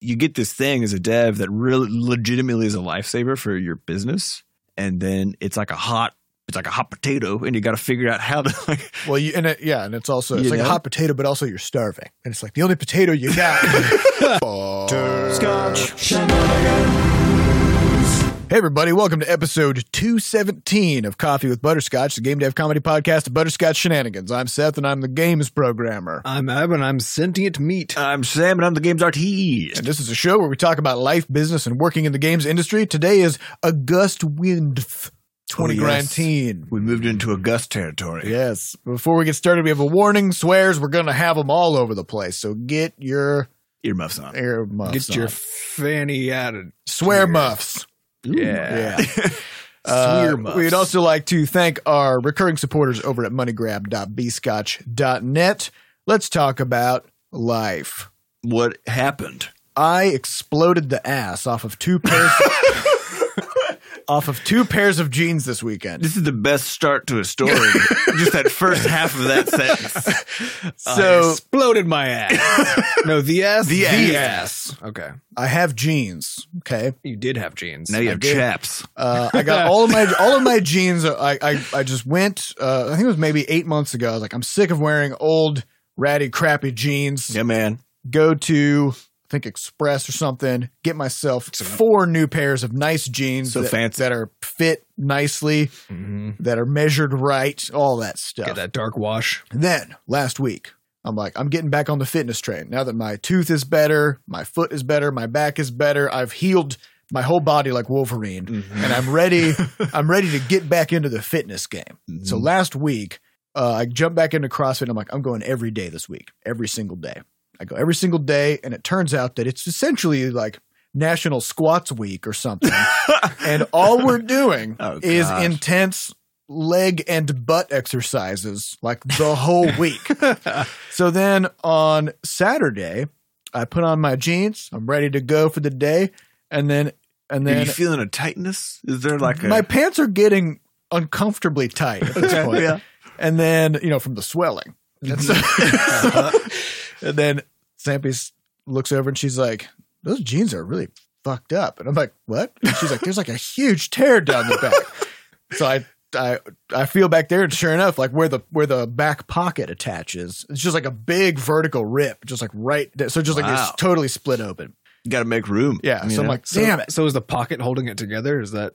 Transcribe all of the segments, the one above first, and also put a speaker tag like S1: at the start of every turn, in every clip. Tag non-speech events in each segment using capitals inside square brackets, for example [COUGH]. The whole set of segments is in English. S1: you get this thing as a dev that really legitimately is a lifesaver for your business, and then it's like a hot it's like a hot potato, and you got to figure out how to [LAUGHS] like
S2: Well, you and it, yeah, and it's also it's
S1: You
S2: like
S1: know?
S2: a hot potato, but also you're starving, and it's like the only potato you got.
S1: [LAUGHS]
S2: Hey everybody, welcome to episode 217 of Coffee with Butterscotch, the game dev comedy podcast of Butterscotch Shenanigans. I'm Seth and I'm the games programmer.
S3: I'm Ab and I'm sentient meat.
S1: I'm Sam, and I'm the game's E.
S2: And
S1: RT.
S2: this is a show where we talk about life, business, and working in the games industry. Today is August Windth,
S1: Oh, yes.
S2: 2019.
S1: We moved into August territory.
S2: Yes. Before we get started, we have a warning, swears. We're going to have them all over the place. So get your
S1: Earmuffs on.
S2: air muffs.
S3: Get your
S2: on.
S3: fanny out of
S2: swear muffs. [LAUGHS]
S1: Yeah.
S2: Uh,
S1: Swear muffs.
S2: we'd also like to thank our recurring supporters over at moneygrab.bscotch.net. Let's talk about life.
S1: What happened?
S2: I exploded the ass off of two
S3: [LAUGHS]
S2: pairs off of two pairs of jeans this weekend.
S1: This is the best start to a story.
S2: [LAUGHS]
S1: Just that first half of that sentence.
S3: I
S2: So
S3: exploded my
S2: [LAUGHS]
S3: ass. no, the ass. The,
S1: ass.
S3: ass. Okay,
S2: I have jeans. Okay,
S3: you did have jeans.
S1: Now you have
S2: did.
S1: chaps.
S2: uh, I got all of my all of my jeans. uh, I I, I just went. Uh, I think it was maybe eight months ago. I was like, I'm sick of wearing old ratty crappy jeans.
S1: Yeah, man.
S2: go to I think Express or something, get myself four new pairs of nice jeans
S1: So
S2: that,
S1: fancy.
S2: that are fit nicely,
S3: Mhm.
S2: that are measured right, all that stuff.
S3: Get that dark wash.
S2: Then last week, I'm like, I'm getting back on the fitness train. Now that my tooth is better, my foot is better, my back is better, I've healed my whole body like Wolverine, and I'm ready. I'm ready to get back into the fitness game.
S1: Mm.
S2: So last week, uh, I jumped back into CrossFit. And I'm like, I'm going every day this week, every single day. I go every single day, and it turns out that it's essentially like National Squats Week or something.
S1: Mm.
S2: [LAUGHS] and all we're doing
S1: [LAUGHS] Oh,
S2: is
S1: gosh.
S2: intense leg and butt exercises like the
S1: [LAUGHS]
S2: whole week. so then on Saturday, I put on my jeans. I'm ready to go for the day, and then and
S1: [LAUGHS] Are you
S2: then
S1: feeling a tightness? Is there like a
S2: my pants are getting uncomfortably tight at this point.
S1: yeah.
S2: And then, you know, from the swelling. And, so- and then Stampy s- looks over and she's like, those jeans are really fucked up. And I'm like, what? And she's like, there's like a huge tear down the back. so I, I, I feel back there and sure enough, like where the, where the back pocket attaches, it's just like a big vertical rip, just like right there. So just like
S1: Wow.
S2: it's totally split open.
S1: You got to make room.
S2: Yeah.
S1: you
S2: so I'm
S1: know?
S2: like, damn
S3: so,
S2: it.
S3: So is the pocket holding it together? Is that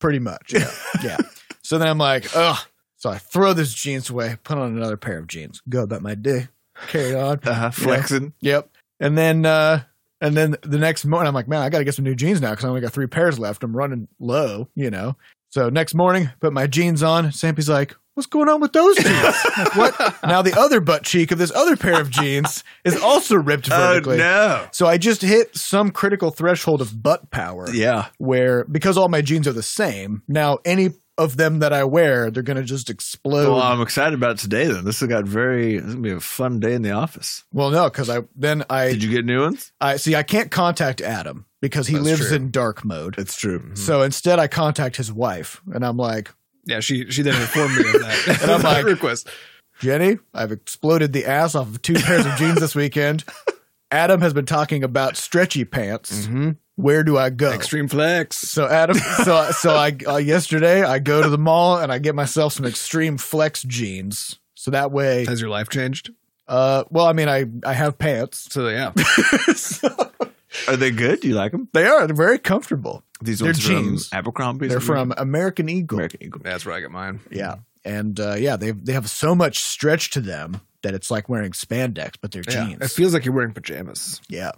S2: pretty much. Yeah. yeah. So then I'm like, ugh. So I throw this jeans away, put on another pair of jeans, go about my day, carry on.
S1: uh-huh, flexing.
S2: [LAUGHS] Yep. And then, uh, and then the next morning, I'm like, man, I got to get some new jeans now because I only got three pairs left. I'm running low, you know. So next morning, put my jeans on. Sampy's like, what's going on with those jeans? I'm like, what? [LAUGHS] Now the other butt cheek of this other pair of jeans is also ripped vertically.
S1: no.
S2: So I just hit some critical threshold of butt power
S1: Yeah.
S2: where because all my jeans are the same, now any of them that I wear, they're gonna just explode.
S1: Well,
S2: Well,
S1: I'm excited about today. Then this has got very. This is gonna be a fun day in the office.
S2: no, because I then I
S1: Did you get new ones?
S2: I see I can't contact Adam because he
S3: That's
S2: lives
S3: true. Mm-hmm.
S2: in dark mode.
S1: It's true.
S2: So instead, I contact his wife, and I'm like,
S3: yeah? She she then informed me of [LAUGHS] that.
S2: [LAUGHS] And I'm like-
S3: request.
S2: Jenny, I've exploded the ass off of two pairs
S3: [LAUGHS]
S2: of jeans this weekend. Adam has been talking about stretchy pants.
S3: Mhm.
S2: Where do I go?
S3: Extreme flex.
S2: So
S3: [LAUGHS]
S2: Adam, so so I uh, yesterday I go to the mall and I get myself some extreme flex jeans. So that way,
S3: Has your life changed?
S2: Uh, well, I mean, I I have pants.
S3: So
S2: [LAUGHS]
S3: yeah,
S1: Are they good? Do you like them?
S2: They are they're very comfortable.
S1: These
S2: They're
S1: ones from
S2: jeans.
S1: Abercrombie.
S2: They're from American Eagle.
S1: American Eagle.
S3: that's where I get mine.
S2: Yeah, and uh, yeah, they they have so much stretch to them that it's like wearing spandex, but they're
S3: Yeah, it
S2: jeans.
S3: feels like you're wearing pajamas.
S2: yeah,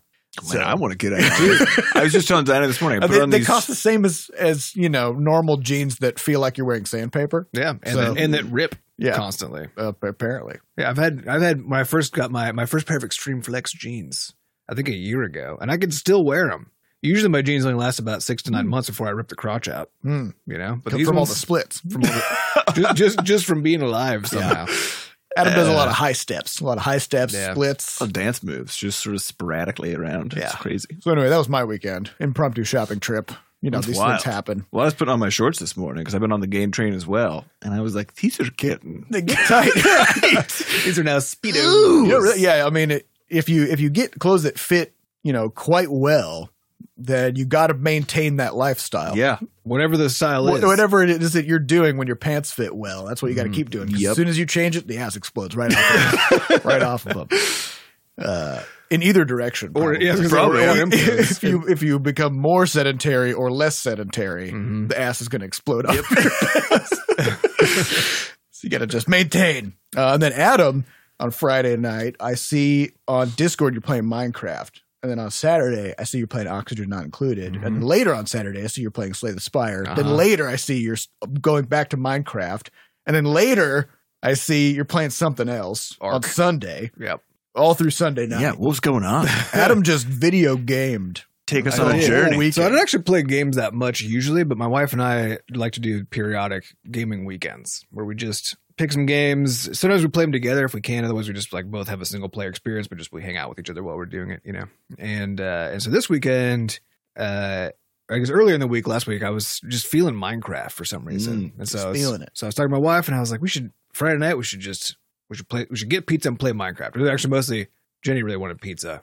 S1: Man, I want to get out.
S2: [LAUGHS]
S1: too. I was just telling Diana this morning. I
S2: Uh,
S1: put
S2: they,
S1: on
S2: they
S1: these.
S2: cost the same as as you know normal jeans that feel like you're wearing sandpaper.
S3: Yeah, and
S2: So-
S3: that, and that rip
S2: Yeah.
S3: constantly.
S2: Uh, apparently,
S3: Yeah, I've had I've had when I first got my my first pair of Extreme Flex jeans. I think a year ago, and I could still wear them. Usually, my jeans only last about six to nine months before I rip the crotch out.
S2: Hmm.
S3: You know, but
S2: from
S3: these
S2: all
S3: ones
S2: the splits.
S3: from all the- just, just just from being alive somehow.
S2: [LAUGHS] Adam does a
S1: Uh,
S2: lot of high steps, a lot of high steps,
S3: Yeah. Uh,
S2: splits.
S1: little dance moves just sort of sporadically around. It's
S2: Yeah.
S1: crazy.
S2: So anyway, that was my weekend impromptu shopping trip. You know
S1: That's
S2: these
S1: wild.
S2: things happen.
S1: Well, I was putting on my shorts this morning because I've been on the game train as well, and I was like, "These are
S2: [LAUGHS]
S1: getting
S2: They get tight. [LAUGHS]
S3: These are now speedos.
S2: Yeah, really- yeah. I mean, it, if you if you get clothes that fit you know, quite well, then you got to maintain that lifestyle.
S1: Yeah.
S3: Whatever the style
S2: Wha-
S3: is.
S2: Whatever it is that you're doing when your pants fit well, that's what you got to keep doing. 'Cause
S1: Yep.
S2: As soon as you change it, the ass explodes right off, of, right off of them. Uh, in either direction,
S3: Or,
S2: probably.
S3: yeah, I was
S1: Probably.
S3: gonna say, or influence.
S2: if you if you become more sedentary or less sedentary,
S3: Mhm.
S2: the ass is going to explode. [LAUGHS] Yep. so you got to just maintain. Uh, and then Adam on Friday night, I see on Discord you're playing Minecraft, and then on Saturday I see you're playing Oxygen Not Included, and then later on Saturday I see you're playing Slay the Spire.
S3: Uh-huh.
S2: Then later I see you're s- going back to Minecraft, and then later I see you're playing something else on
S3: Ark.
S2: Sunday,
S3: Yep.
S2: all through Sunday night.
S1: Yeah. What was going on?
S2: Adam just video gamed.
S1: Take us
S3: I
S1: on a
S3: did.
S1: journey.
S2: Weekend.
S3: So I don't actually play games that much usually, but my wife and I like to do periodic gaming weekends where we just pick some games. Sometimes we play them together if we can. Otherwise, we just like both have a single player experience, but just we hang out with each other while we're doing it, you know. And uh, and so this weekend, uh, I guess earlier in the week, last week, I was just feeling Minecraft for some reason, and
S2: Mm,
S3: so
S2: just
S3: I was,
S2: feeling it.
S3: So I was talking to my wife, and I was like, we should Friday night, we should just we should play, we should get pizza and play Minecraft. It was Actually, mostly Jenny really wanted pizza.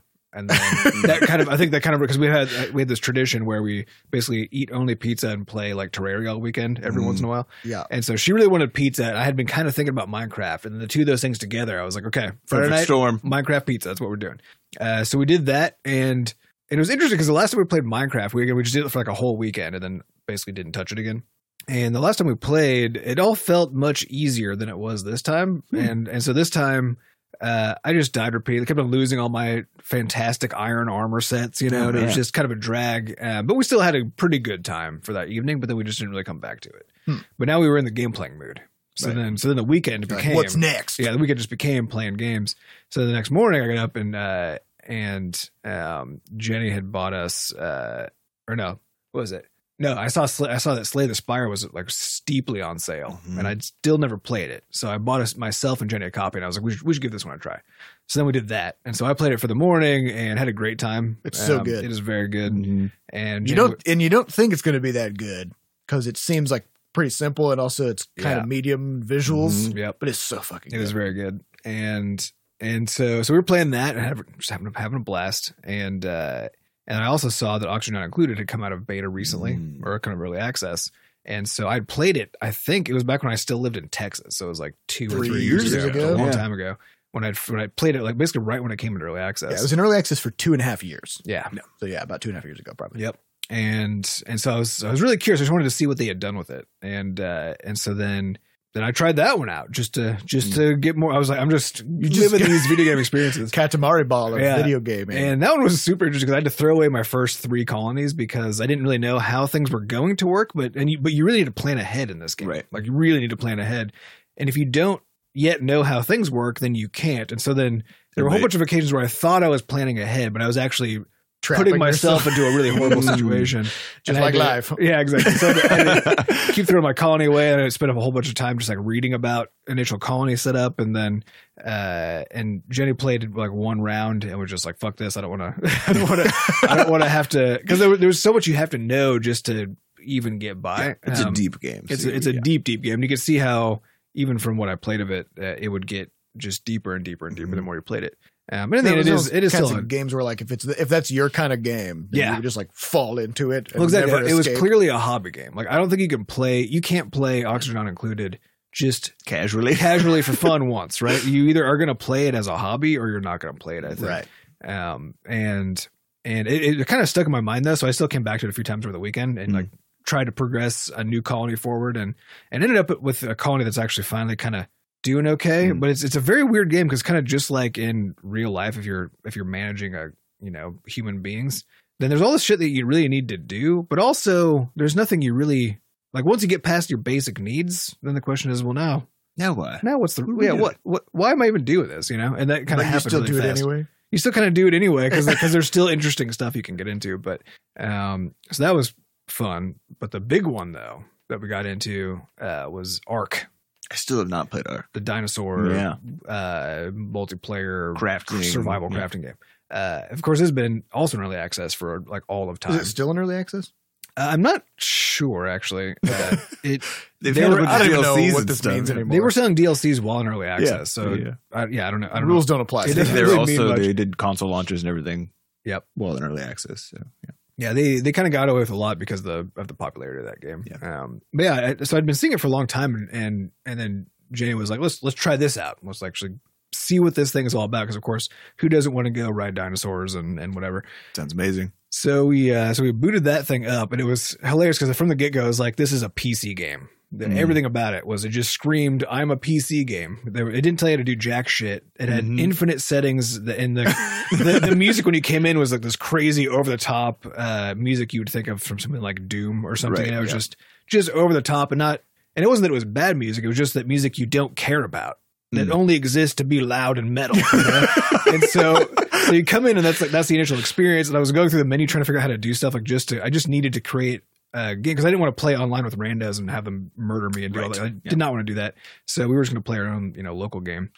S1: [LAUGHS]
S3: And then that kind of, I think that kind of, because we had we had this tradition where we basically eat only pizza and play like Terraria all weekend every
S1: Mm.
S3: once in a while.
S2: Yeah.
S3: And so she really wanted pizza, and I had been kind of thinking about Minecraft, and the two of those things together, I was like, okay,
S1: Perfect
S3: Friday night,
S1: storm.
S3: Minecraft pizza. That's what we're doing. Uh, so we did that, and and it was interesting because the last time we played Minecraft, we we just did it for like a whole weekend, and then basically didn't touch it again. And the last time we played, it all felt much easier than it was this time,
S2: Hmm.
S3: and and so this time. Uh, I just died repeatedly. Kept on losing all my fantastic iron armor sets, you know.
S1: Oh,
S3: and it was
S1: man.
S3: just kind of a drag, uh, but we still had a pretty good time for that evening. But then we just didn't really come back to it.
S2: Hmm.
S3: But now we were in the game playing mood. So
S2: Right.
S3: then, so then the weekend
S2: Like,
S3: became
S2: what's next?
S3: yeah, the weekend just became playing games. So the next morning, I got up and uh, and um, Jenny had bought us, uh, or no, what was it? No, I saw Sl- I saw that Slay the Spire was like steeply on sale,
S2: Mm-hmm.
S1: Mhm.
S3: and I'd still never played it. So I bought us myself and Jenny a copy, and I was like, we should, we should give this one a try. So then we did that, and so I played it for the morning and had a great time. Um,
S2: It's so good. Mm-hmm.
S3: It is very
S1: [LAUGHS]
S2: [LAUGHS]
S3: good, and
S2: You
S3: Jenny-
S2: don't, and you don't think it's going to be that good because it seems like pretty simple, and also it's kind
S3: Yeah.
S2: of medium visuals,
S1: Mhm.
S3: Yep.
S2: but it's so fucking.
S3: It
S2: good.
S3: was very good, and and so so we were playing that and having, just having having a blast, and uh, and I also saw that Oxygen Not Included had come out of beta recently
S1: Mm.
S3: or kind of early access, and so I'd played it. I think it was back when I still lived in Texas, so it was like two
S2: Three
S3: or three years,
S2: years
S3: ago,
S2: ago?
S3: It was a long
S1: Yeah.
S3: time ago when I when I played it like basically right when it came into early access.
S2: Yeah, it was in early access for two and a half years.
S3: yeah.
S2: So yeah, about two and a half years ago, probably.
S3: Yep. And and so I was I was really curious. I just wanted to see what they had done with it. And uh and so then then I tried that one out just to just to get more. I was like, I'm just
S2: just
S3: living
S2: got-
S3: these video game [LAUGHS] experiences.
S2: Katamari Ball of
S3: Yeah.
S2: video gaming.
S3: And that one was super interesting because I had to throw away my first three colonies because I didn't really know how things were going to work. But and you, but you really need to plan ahead in this game.
S1: Right.
S3: Like you really need to plan ahead. And if you don't yet know how things work, then you can't. And so then there were a whole
S1: Right.
S3: bunch of occasions where I thought I was planning ahead, but I was actually
S2: Trapping
S3: putting myself
S2: yourself-
S3: into a really horrible
S1: Mm.
S3: situation. And
S2: just
S3: I
S2: like
S3: had
S2: life.
S3: to- Yeah, exactly. [LAUGHS] So I had to keep throwing my colony away, and I spent a whole bunch of time just like reading about initial colony setup, and then uh, and Jenny played like one round, and was just like, "Fuck this! I don't want to. [LAUGHS] I don't want to. I don't want to have to." Because there, were- there was so much you have to know just to even get by.
S1: It's a
S3: Um,
S1: deep game.
S3: It's
S1: so
S3: a, it's a
S1: yeah.
S3: deep, deep game. You can see how even from what I played of it, uh, it would get just deeper and deeper and
S1: Mm-hmm.
S3: deeper the more you played it. Um, but in
S2: [LAUGHS]
S3: the
S2: There
S3: end,
S2: was
S3: it is
S2: those
S3: it is
S2: kinds
S3: still
S2: of
S3: a-
S2: games where like if it's if that's your kind of game, then
S3: Yeah.
S2: you just like fall into it. And
S3: Well, exactly.
S2: never
S3: It was
S2: escape.
S3: clearly a hobby game. Like I don't think you can play. You can't play Oxygen Not Included just
S1: Casually.
S3: [LAUGHS] casually for fun once, right? You either are going to play it as a hobby or you're not going to play it. I think.
S2: right.
S3: Um. And and it, it kind of stuck in my mind though, so I still came back to it a few times over the weekend and
S1: Mm.
S3: like tried to progress a new colony forward and and ended up with a colony that's actually finally kind of doing okay.
S1: Mm.
S3: But it's it's a very weird game because kind of just like in real life, if you're if you're managing a you know human beings, then there's all this shit that you really need to do, but also there's nothing you really like. Once you get past your basic needs, then the question is, well, now
S1: Now what?
S3: now what's the
S1: What are we
S3: yeah
S1: doing?
S3: what what why am I even doing this? You know, and that kind
S2: But you
S3: of happens.
S2: still
S3: really
S2: do it
S3: fast.
S2: anyway.
S3: You still kind of do it
S2: [LAUGHS]
S3: anyway because there's still interesting stuff you can get into. But um, so that was fun. But the big one though that we got into uh, was Ark,
S1: I still have not played our
S3: the dinosaur
S1: yeah.
S3: uh, multiplayer
S1: crafting
S3: survival
S1: yeah.
S3: crafting game. Uh, of course, it's been also in early access for like all of time.
S2: Is it still in early access?
S3: Uh, I'm not sure actually. Uh, it
S1: They've
S3: They
S1: had a
S3: were-
S1: bunch
S3: I
S1: of
S2: don't even know
S1: DLCs
S2: what
S1: and
S2: this
S1: stuff.
S2: means [LAUGHS] anymore.
S3: they were selling DLCs while in early access.
S1: So
S3: So I, yeah, I don't know.
S2: The
S3: I don't know.
S2: rules don't apply.
S3: It
S1: I think
S3: doesn't
S1: they were
S3: really mean
S1: also
S3: much.
S1: they did console launches and everything
S3: Yep.
S1: Well, in early access. So, yeah.
S3: Yeah, they they kind of got away with a lot because of the of the popularity of that game.
S1: Yeah.
S3: Um, but yeah, I, so I'd been seeing it for a long time, and and, and then Jenny was like, "Let's let's try this out. Let's actually see what this thing is all about." Because of course, who doesn't want to go ride dinosaurs and and whatever?
S1: Sounds amazing.
S3: So we uh, so we booted that thing up, and it was hilarious because from the get go, it was like, "This is a PC game." The-
S1: Mhm.
S3: Everything about it was it just screamed, "I'm a PC game." They, were- it didn't tell you how to do jack shit. It had
S1: Mhm.
S3: infinite settings, that- and
S1: [LAUGHS]
S3: the the, the music when you came in was like this crazy over the top uh, music you would think of from something like Doom or something.
S1: Right,
S3: and it was
S1: yeah.
S3: just just over the top and not. And it wasn't that it was bad music. It was just that music you don't care about that
S1: Mm.
S3: only exists to be loud and metal. you
S1: [LAUGHS]
S3: know? and so, so you come in and that's like that's the initial experience. And I was going through the menu trying to figure out how to do stuff like just to. I just needed to create a game because I didn't want to play online with randos and have them murder me and do all
S1: Right,
S3: that. I
S1: yeah.
S3: did not want to do that. So we were just going to play our own you know local game.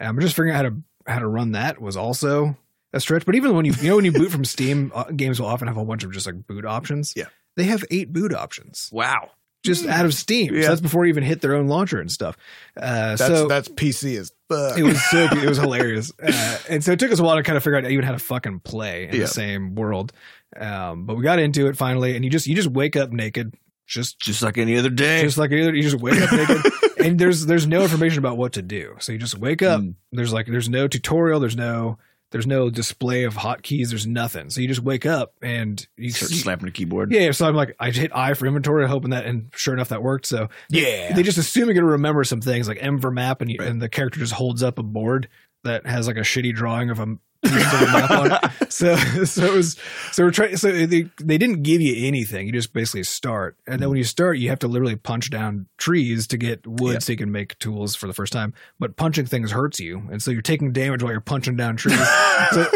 S3: Um, just figuring out how to how to run that was also a stretch. But even when you you know when you boot from Steam, uh, games will often have a whole bunch of just like boot options.
S1: Yeah.
S3: They have eight boot options
S1: Wow.
S3: just out of Steam.
S2: Yeah.
S3: So that's before you even hit their own launcher and stuff. Uh,
S2: That's
S3: so
S2: that's PC as fuck.
S3: it was so it was hilarious, uh, and so it took us a while to kind of figure out even how to fucking play in
S1: Yeah.
S3: the same world. Um, but we got into it finally, and you just you just wake up naked, just
S1: Just like any other day.
S3: just like either you just wake
S1: [LAUGHS]
S3: up naked, and there's there's no information about what to do. So you just wake up.
S1: Mm.
S3: There's like there's no tutorial. There's no there's no display of hotkeys. There's nothing. So you just wake up and you
S1: Start slapping the keyboard.
S3: yeah, yeah. So I'm like, I hit I for inventory, hoping that, and sure enough, that worked. So
S2: yeah.
S3: they just assume you're going to remember some things like M for map, and, you,
S1: Right.
S3: and the character just holds up a board that has like a shitty drawing of a m- piece of a map on
S1: [LAUGHS]
S3: it. So, so it was, so we're trying, so they, they didn't give you anything. You just basically start. And then when you start, you have to literally punch down trees to get wood
S1: Mm-hmm. Yeah.
S3: so you can make tools for the first time. But punching things hurts you. And so you're taking damage while you're punching down trees.
S1: [LAUGHS]
S3: so,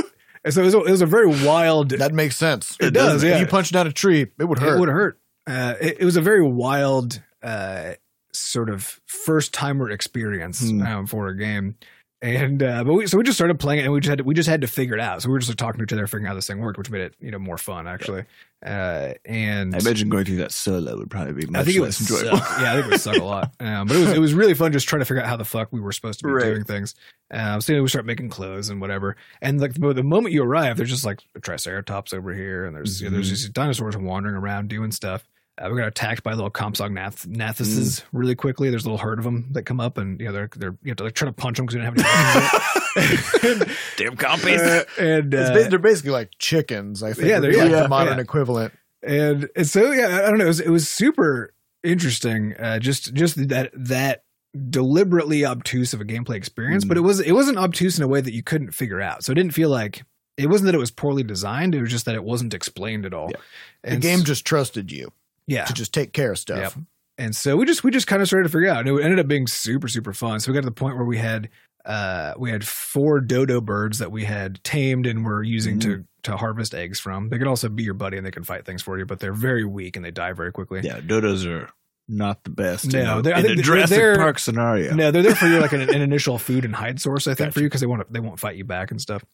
S3: and so it was, a, it was a very wild
S2: that makes sense.
S1: It does,
S2: If
S3: yeah.
S2: you punch down a tree, it would hurt.
S3: it would hurt. Uh, it, it was a very wild uh, sort of first timer experience
S1: Hmm.
S3: um, for a game. And uh, but we, so we just started playing it, and we just had to, we just had to figure it out. So we were just like, talking to each other, figuring out how this thing worked, which made it you know more fun actually. Uh, and
S1: I imagine going through that solo would probably be much
S3: I think it would
S1: less enjoyable.
S3: suck. Yeah, I think it would suck
S1: [LAUGHS]
S3: a lot. Um, but it was it was really fun just trying to figure out how the fuck we were supposed to be
S1: Right.
S3: doing things. Um, so we start making clothes and whatever. And like the, the moment you arrive, there's just like a triceratops over here, and there's you know, there's
S1: Mhm.
S3: these dinosaurs wandering around doing stuff. Uh, we got attacked by little
S1: Mm.
S3: Compsognathus really quickly. There's a little herd of them that come up, and you know they're they're you have to like try to punch them because we didn't
S1: [LAUGHS]
S3: have any. weapons
S1: [LAUGHS] Damn
S3: yet.
S1: copies.
S3: Uh, and
S2: It's
S3: uh,
S2: ba- they're basically like chickens. I think.
S3: Yeah,
S2: would
S3: they're-
S2: be like
S1: yeah,
S2: the modern
S3: yeah.
S2: equivalent.
S3: and, and so yeah, I- I don't know. It was, it was super interesting. Uh, just just that that deliberately obtuse of a gameplay experience,
S2: Mm.
S3: but it was it wasn't obtuse in a way that you couldn't figure out. So it didn't feel like it wasn't that it was poorly designed. It was just that it wasn't explained at all.
S1: Yeah.
S2: The
S3: And
S2: game
S3: s-
S2: just trusted you
S3: yeah,
S2: to just take care of stuff.
S3: Yep. and so we just we just kind of started to figure out, and it ended up being super super fun. So we got to the point where we had uh we had four dodo birds that we had tamed and were using
S2: Mm.
S3: to to harvest eggs from. They could also be your buddy and they can fight things for you, but they're very weak and they die very quickly.
S1: yeah, dodos are not the best.
S3: No,
S1: in a,
S3: they're- I
S1: in
S3: think
S1: a
S3: they're-
S1: Jurassic
S3: they're-
S1: Park scenario.
S3: No, they're there for your
S1: [LAUGHS]
S3: like an, an initial food and hide source, I think,
S1: Gotcha.
S3: for you because they want to, they won't fight you back and stuff.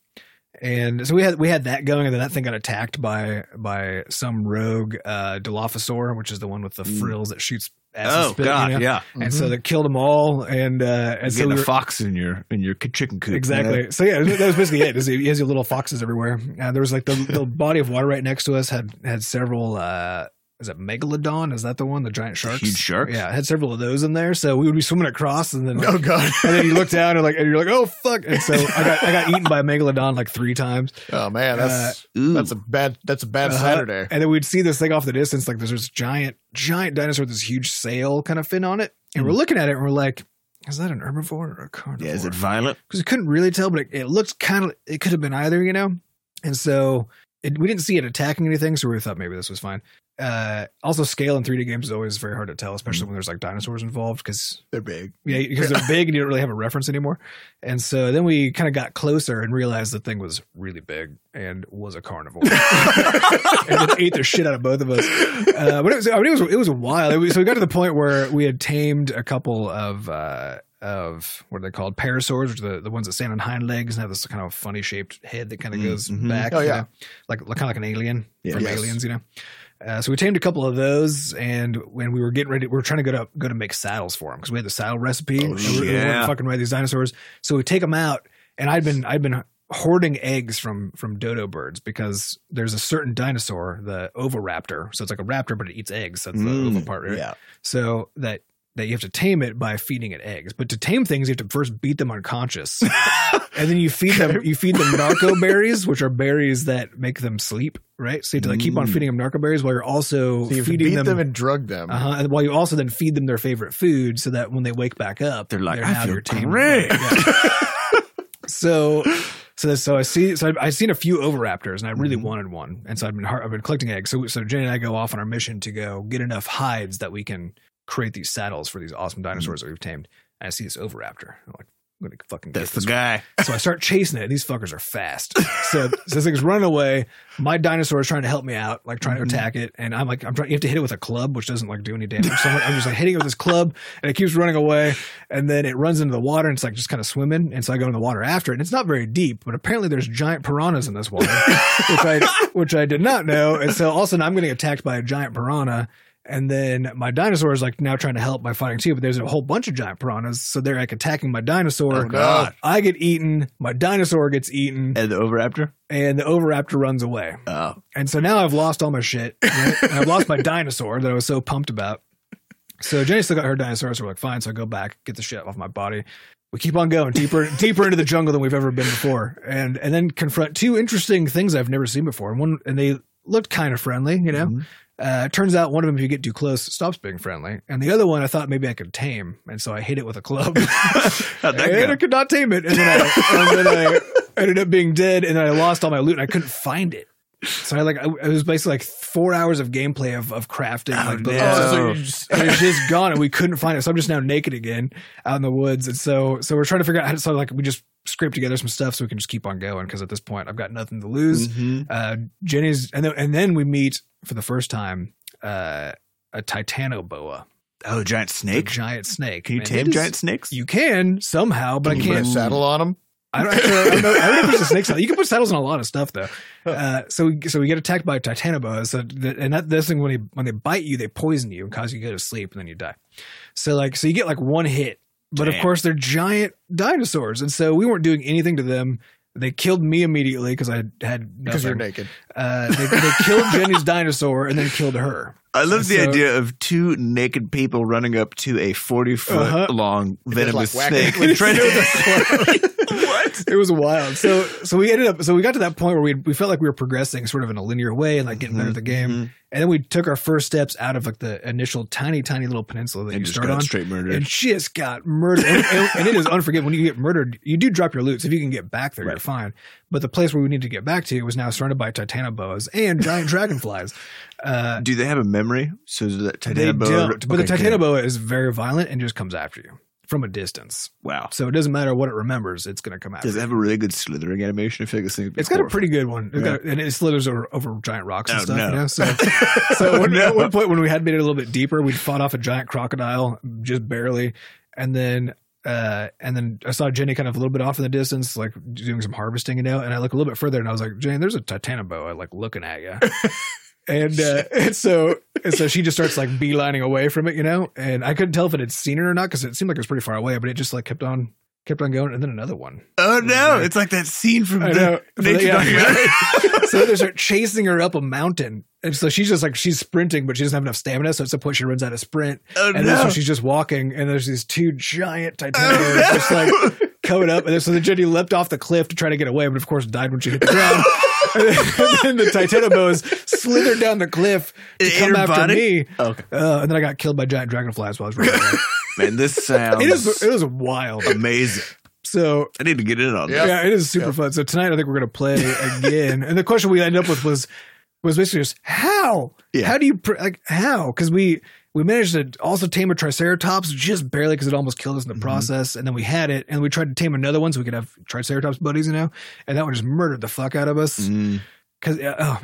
S3: And so we had we had that going, and then that thing got attacked by by some rogue uh, Dilophosaur, which is the one with the
S1: Mm.
S3: frills that shoots. Acid
S1: oh
S3: spit, you
S1: god,
S3: know?
S1: yeah.
S3: And
S2: Mm-hmm.
S3: so that killed them all, and uh, and
S1: And
S3: so
S1: Getting
S3: we
S1: a
S3: were,
S1: fox in your in your chicken coop. you know?
S3: Exactly. So yeah, that was basically it. It was- He has your little foxes everywhere. Uh, there was like the, the
S1: [LAUGHS]
S3: body of water right next to us had had several. Uh, is it megalodon? Is that the one? The giant sharks.
S1: Huge sharks?
S3: Yeah, it had several of those in there. So we would be swimming across, and then
S2: [LAUGHS] oh god.
S3: and then you look down and like and you're like, oh fuck! And so I got I got eaten by a megalodon like three times.
S2: Oh man, that's
S1: Ooh.
S2: that's a bad that's a bad
S3: Uh, Uh-huh.
S2: Saturday.
S3: And then we'd see this thing off the distance, like there's this giant, giant dinosaur with this huge sail kind of fin on it. And we're looking at it and we're like, is that an herbivore or a
S1: Hmm.
S3: carnivore?
S1: yeah, is it
S3: [LAUGHS]
S1: violent?
S3: because we couldn't really tell, but it, it looked kind of, it could have been either, you know? And so it, we didn't see it attacking anything, so we thought maybe this was fine. Uh, also, scale in 3D games is always very hard to tell, especially
S1: Hmm.
S3: when there's like dinosaurs involved, because
S2: They're big.
S3: yeah, because they're big and you don't really have a reference anymore. And so then we kind of got closer and realized the thing was really big and was a carnivore, and it ate the shit out of both of us. Uh, but it was, I mean, it was it was wild. It was, so we got to the point where we had tamed a couple of uh, of what are they called parasaurs, which are the, the ones that stand on hind legs and have this kind of funny shaped head that kind of
S1: Mm,
S3: goes
S1: mhm.
S3: back.
S2: Oh,
S3: you
S2: yeah.
S3: know, like kind of like an alien
S1: Yeah.
S3: from
S2: Yes.
S3: aliens, you know. Uh, so we tamed a couple of those, and when we were getting ready, we were trying to go to go to make saddles for them because we had the saddle recipe.
S1: Oh,
S3: and we- we weren't
S1: yeah.
S3: fucking ride these dinosaurs. So we take them out, and I'd been I'd been hoarding eggs from from dodo birds because there's a certain dinosaur, the oviraptor. So it's like a raptor, but it eats eggs. That's
S1: Mm,
S3: the oval part, right?
S2: Yeah.
S3: So that that you have to tame it by feeding it eggs. But to tame things, you have to first beat
S2: [LAUGHS]
S3: them unconscious, and then you feed them you feed them narco berries, which are berries that make them sleep. Right. So you have to like keep on
S1: Mm.
S3: feeding them narco berries while you're also
S2: So [LAUGHS] you have to
S3: feeding
S2: beat
S3: them.
S2: them, and drug them.
S3: uh-huh, and while you also then feed them their favorite food, so that when they wake back up,
S1: They're like, "I
S3: now
S1: feel
S3: your tame
S1: great."
S3: bird. Yeah. [LAUGHS] so, so so I see. So I've, I've seen a few overraptors, and I really
S1: Mhm.
S3: wanted one. And so I've been har- I've been collecting eggs. So so Jen and I go off on our mission to go get enough hides that we can create these saddles for these awesome dinosaurs
S1: Mm-hmm.
S3: that we've tamed. And I see this overraptor. I'm like, I'm gonna fucking get
S1: That's the
S3: this
S1: guy.
S3: so I start chasing it. and These fuckers are fast. So, so this thing's running away. My dinosaur is trying to help me out, like trying to
S1: Mhm.
S3: attack it. And I'm like, I'm trying. You have to hit it with a club, which doesn't like do any damage. So I'm, like- I'm just like hitting it with this club, and it keeps running away. And then it runs into the water, and it's like just kind of swimming. And so I go in the water after it. And it's not very deep, but apparently there's giant piranhas in this water, [LAUGHS] which I which I did not know. And so all of a sudden I'm getting attacked by a giant piranha. And then my dinosaur is like now trying to help by fighting too, but there's a whole bunch of giant piranhas, so they're like attacking my dinosaur.
S2: Oh, God.
S3: I get eaten, my dinosaur gets eaten,
S1: And the Overraptor?
S3: and the Overraptor runs away.
S1: Oh.
S3: [LAUGHS] And so now I've lost all my shit. right? And I've lost my [LAUGHS] dinosaur that I was so pumped about. So Jenny still got her dinosaur, so we're like, fine. So I go back, get the shit off my body. We keep on going deeper, deeper into the jungle than we've ever been before, and and then confront two interesting things I've never seen before. And one, and they looked kind of friendly, you know. Uh, it turns out one of them, if you get too close, stops being friendly, and the other one, I thought maybe I could tame, and so I hit it with a club. [LAUGHS]
S1: How'd that
S3: and
S1: go?
S3: I could not tame it. And then, I,
S1: [LAUGHS]
S3: and then I ended up being dead, and then I lost all my loot, and I couldn't find it. So I like, I, it was basically like four hours of gameplay of, of crafting.
S1: Oh,
S3: like,
S1: no.
S3: building
S2: Oh,
S3: stuff.
S2: so you just-
S3: and it's just gone, and we couldn't find it. So I'm just now naked again out in the woods, and so so we're trying to figure out. how to, So like, we just scraped together some stuff so we can just keep on going because at this point I've got nothing to lose.
S1: Mhm.
S3: Uh, Jenny's, and then and then we meet for the first time uh, a titanoboa,
S1: Oh, giant
S3: a
S1: snake?
S3: giant snake.
S1: Can you
S3: And
S1: tame
S3: it is-
S1: giant snakes?
S3: You can somehow, but
S2: you
S3: I
S2: put a
S3: can't.
S2: saddle on them.
S3: I don't, actually, I don't know. I don't know if there's a snake saddle. You can put saddles on a lot of stuff though. Uh, so we, so we get attacked by a titanoboa. So the, and that this thing when they when they bite you, they poison you and cause you to go to sleep and then you die. So like so you get like one hit, but of
S1: Damn.
S3: course they're giant dinosaurs, and so we weren't doing anything to them. They killed me immediately because I had
S2: Because you're
S3: nothing.
S2: naked.
S3: Uh, they, they killed Jenny's [LAUGHS] dinosaur and then killed her.
S1: I love the
S3: So-
S1: idea of two naked people running up to a 40 foot
S3: Uh-huh.
S1: long
S2: just, like,
S1: venomous
S2: whack it
S1: snake. [LAUGHS]
S2: with
S1: and trying to- what?
S3: It was wild. So so we ended up so we got to that point where we we felt like we were progressing sort of in a linear way and like getting better at the game.
S1: Mhm.
S3: And then we took our first steps out of like the initial tiny, tiny little peninsula that
S1: And
S3: you
S1: just
S3: start
S1: got
S3: on.
S1: straight murdered.
S3: And just got murdered. and, and- and it is unforgivable. When you get murdered, you do drop your loot. So if you can get back there, you're
S1: Right.
S3: fine. But the place where we need to get back to was now surrounded by titanoboas and giant
S1: [LAUGHS]
S3: dragonflies. Uh,
S1: Do they have a memory? So does that
S3: they
S1: titanoboa?
S3: don't. But the
S1: Okay, good.
S3: titanoboa is very violent and just comes after you from a distance.
S1: Wow.
S3: So it doesn't matter what it remembers, it's going to come after
S1: Does it
S3: you.
S1: have a really good slithering animation? I feel like this thing. would be
S3: It's got a
S1: horrifying.
S3: pretty good one, It's
S1: Yeah.
S3: got- and it slithers over, over giant rocks and
S1: Oh,
S3: stuff.
S1: no.
S3: You know?
S1: [LAUGHS]
S3: So, so when,
S1: no.
S3: at one point when we had made it a little bit deeper, we fought off a giant crocodile just barely, and then uh, and then I saw Jenny kind of a little bit off in the distance, like doing some harvesting, you know. And I look a little bit further, and I was like, Jenny, there's a titanoboa like looking
S1: [LAUGHS]
S3: at you. And, uh, and so and so she just starts like beelining away from it, you know. And I couldn't tell if it had seen her or not because it seemed like it was pretty far away, but it just like kept on kept on going. And then another one.
S1: Oh no! It's like that scene from
S3: I
S1: the
S3: know.
S1: nature
S3: Yeah.
S1: documentary.
S3: [LAUGHS] so they start chasing her up a mountain. And so she's just like she's sprinting, but she doesn't have enough stamina. So at some point she runs out of sprint.
S1: oh
S3: And then so
S1: no!
S3: she's just walking, and there's these two giant
S1: Oh,
S3: titanoboas
S1: no.
S3: just like coming up. And then, so the Jenny leapt off the cliff to try to get away, but of course died when she hit the ground.
S1: [LAUGHS]
S3: and then the titanoboas slithered down the cliff to
S1: It ate
S3: come
S1: her
S3: after
S1: body?
S3: me.
S1: okay,
S3: Uh, and then I got killed by giant
S1: [LAUGHS]
S3: dragonflies while I was running. away.
S1: [LAUGHS] man, this sounds
S3: it is it was wild.
S1: amazing.
S3: So
S1: I need to get in on
S2: Yeah.
S1: this.
S3: yeah, it is super
S2: Yeah.
S3: fun. So tonight I think we're
S2: [LAUGHS]
S3: gonna play again. and the question we ended up with was was basically just how
S1: Yeah.
S3: how do you pr- like how because we we managed to also tame a triceratops just barely because it almost killed us in the
S2: Mm-hmm.
S1: Mhm.
S3: process and then we had it and we tried to tame another one so we could have triceratops buddies you know and that one just murdered the fuck out of
S2: Mm-hmm.
S3: us
S1: Mm.
S3: because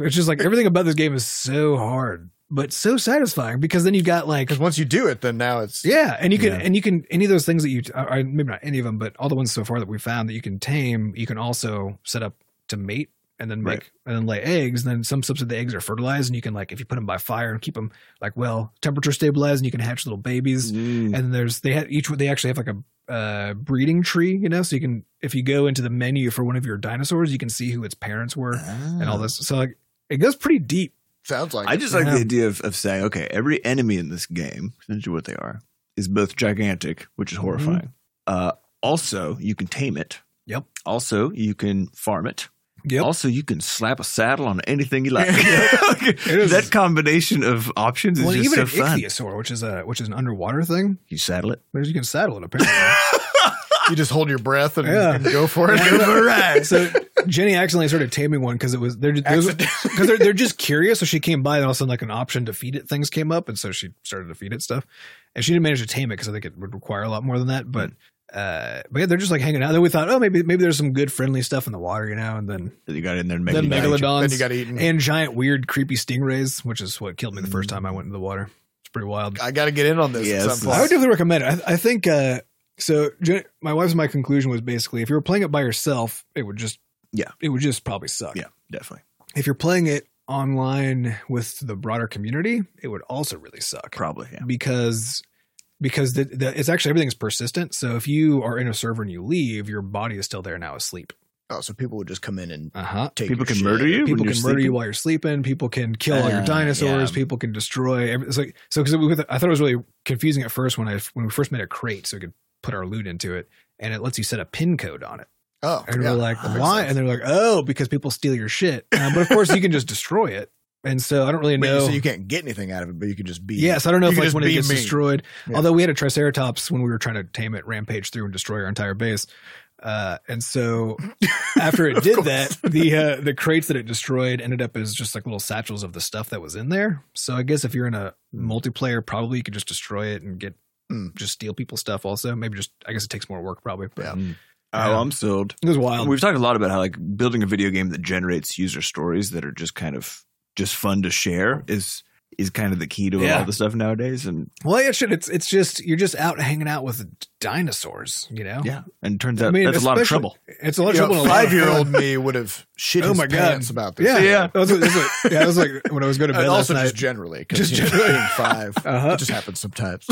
S3: it's just like everything about this game is so hard but so satisfying because then you got like
S2: Because once you do it, then now it's
S3: yeah, and you can
S1: Yeah.
S3: and you can any of those things that you or or maybe not any of them, but all the ones so far that we found that you can tame, you can also set up to mate. and then
S1: Right.
S3: make and then lay eggs. And then some subsets of the eggs are fertilized, and you can like if you put them by fire and keep them like well temperature stabilized, and you can hatch little babies.
S1: Mm.
S3: And there's they had each they actually have like a uh, breeding tree, you know, so you can if you go into the menu for one of your dinosaurs, you can see who its parents were and
S1: Ah.
S3: all this. So like it goes pretty deep.
S2: Sounds like
S1: I
S2: it.
S1: just like
S3: Yeah.
S1: the idea of, of saying, okay, every enemy in this game, essentially what they are, is both gigantic, which is horrifying. Uh, also, you can tame it.
S3: Yep.
S1: Also, you can farm it.
S3: Yep.
S1: Also, you can slap a saddle on anything you like.
S3: Yeah.
S1: [LAUGHS]
S3: is.
S1: that combination of options is
S3: Well,
S1: just
S3: even
S1: so
S3: an
S1: fun.
S3: ichthyosaur, which is a which is an underwater thing,
S1: You saddle it. [LAUGHS]
S3: there's you can saddle it apparently.
S2: you just hold your breath and,
S3: Yeah.
S2: and go for it. [LAUGHS]
S1: Right.
S3: so Jenny accidentally started taming one because it was they're because [LAUGHS] they're,
S2: [LAUGHS]
S3: they're just curious. So she came by and all of a sudden like an option to feed it things came up, and so she started to feed it stuff. And she didn't manage to tame it because I think it would require a lot more than that.
S2: Hmm.
S3: But uh, but yeah, they're just like hanging out. Then we thought, oh, maybe maybe there's some good friendly stuff in the water, you know. And then
S1: You got in there and
S3: then
S1: make it.
S3: megalodons
S2: then you got eaten.
S3: and giant weird creepy stingrays, which is what killed me the first
S2: Hmm.
S3: time I went into the water. It's pretty wild.
S2: I got to get in on this
S1: Yes.
S2: at some
S3: I would
S2: point.
S3: definitely recommend it. I, I think uh, so. Jen- My wife's my conclusion was basically if you were playing it by yourself, it would just
S1: Yeah.
S3: it would just probably suck.
S1: Yeah, definitely.
S3: If you're playing it online with the broader community, it would also really suck
S1: Probably. Yeah.
S3: because because the, the, it's actually everything's persistent. So if you are in a server and you leave, your body is still there now asleep.
S2: Oh, so people would just come in and
S3: Uh huh.
S2: take
S1: People
S2: your
S1: can
S2: shit.
S1: murder you.
S3: People
S1: when
S3: can
S1: you're
S3: murder you
S1: sleeping.
S3: while you're sleeping. People can kill all
S1: Uh,
S3: your dinosaurs.
S1: yeah.
S3: People can destroy. Every, it's like, so because I thought it was really confusing at first when I when we first made a crate so we could put our loot into it, and it lets you set a pin code on it.
S2: Oh,
S3: And
S2: yeah.
S3: we're like,
S2: that makes
S3: why?
S2: sense.
S3: And they're like, oh, because people steal your shit. Uh, but of course, you can just destroy it. And so I don't really
S2: Wait,
S3: know.
S2: so you can't get anything out of it, but you can just be.
S3: Yes, I don't know
S2: You
S3: if
S2: can
S3: like
S2: just
S3: when it
S2: be
S3: gets
S2: mean.
S3: destroyed.
S2: Yeah.
S3: Although we had a Triceratops when we were trying to tame it, rampage through and destroy our entire base. Uh,
S2: [LAUGHS]
S3: and so after it did that, the uh, the crates that it destroyed ended up as just like little satchels of the stuff that was in there. So I guess if you're in a multiplayer, probably you could just destroy it and get
S2: Mm.
S3: just steal people's stuff. Also, maybe just I guess it takes more work probably. But
S2: Yeah.
S1: Oh, I'm sold.
S3: it was wild.
S1: We've talked a lot about how like building a video game that generates user stories that are just kind of just fun to share is is kind of the key to a lot
S3: Yeah.
S1: of the stuff nowadays, and
S3: well, yeah, shit. It's it's just you're just out hanging out with dinosaurs. You know,
S1: yeah, and it turns
S3: Oh. I
S1: out
S3: mean,
S1: that's a lot of
S3: especially-
S1: trouble.
S3: It's a lot of
S2: You
S3: trouble.
S2: know,
S3: and a lot of
S2: five year
S3: fun. [LAUGHS]
S2: old me would have shit
S3: Oh
S2: his
S3: my God.
S2: pants about this.
S3: Yeah,
S1: Yeah.
S3: That was, that's what- yeah, that was like when I was going to
S2: [LAUGHS]
S3: bed
S2: And
S3: last
S2: also
S3: night.
S2: just generally, because
S3: Just
S2: you know,
S3: generally.
S2: being
S3: [LAUGHS]
S2: five,
S3: Uh-huh.
S2: it just happens
S3: [LAUGHS]
S2: sometimes.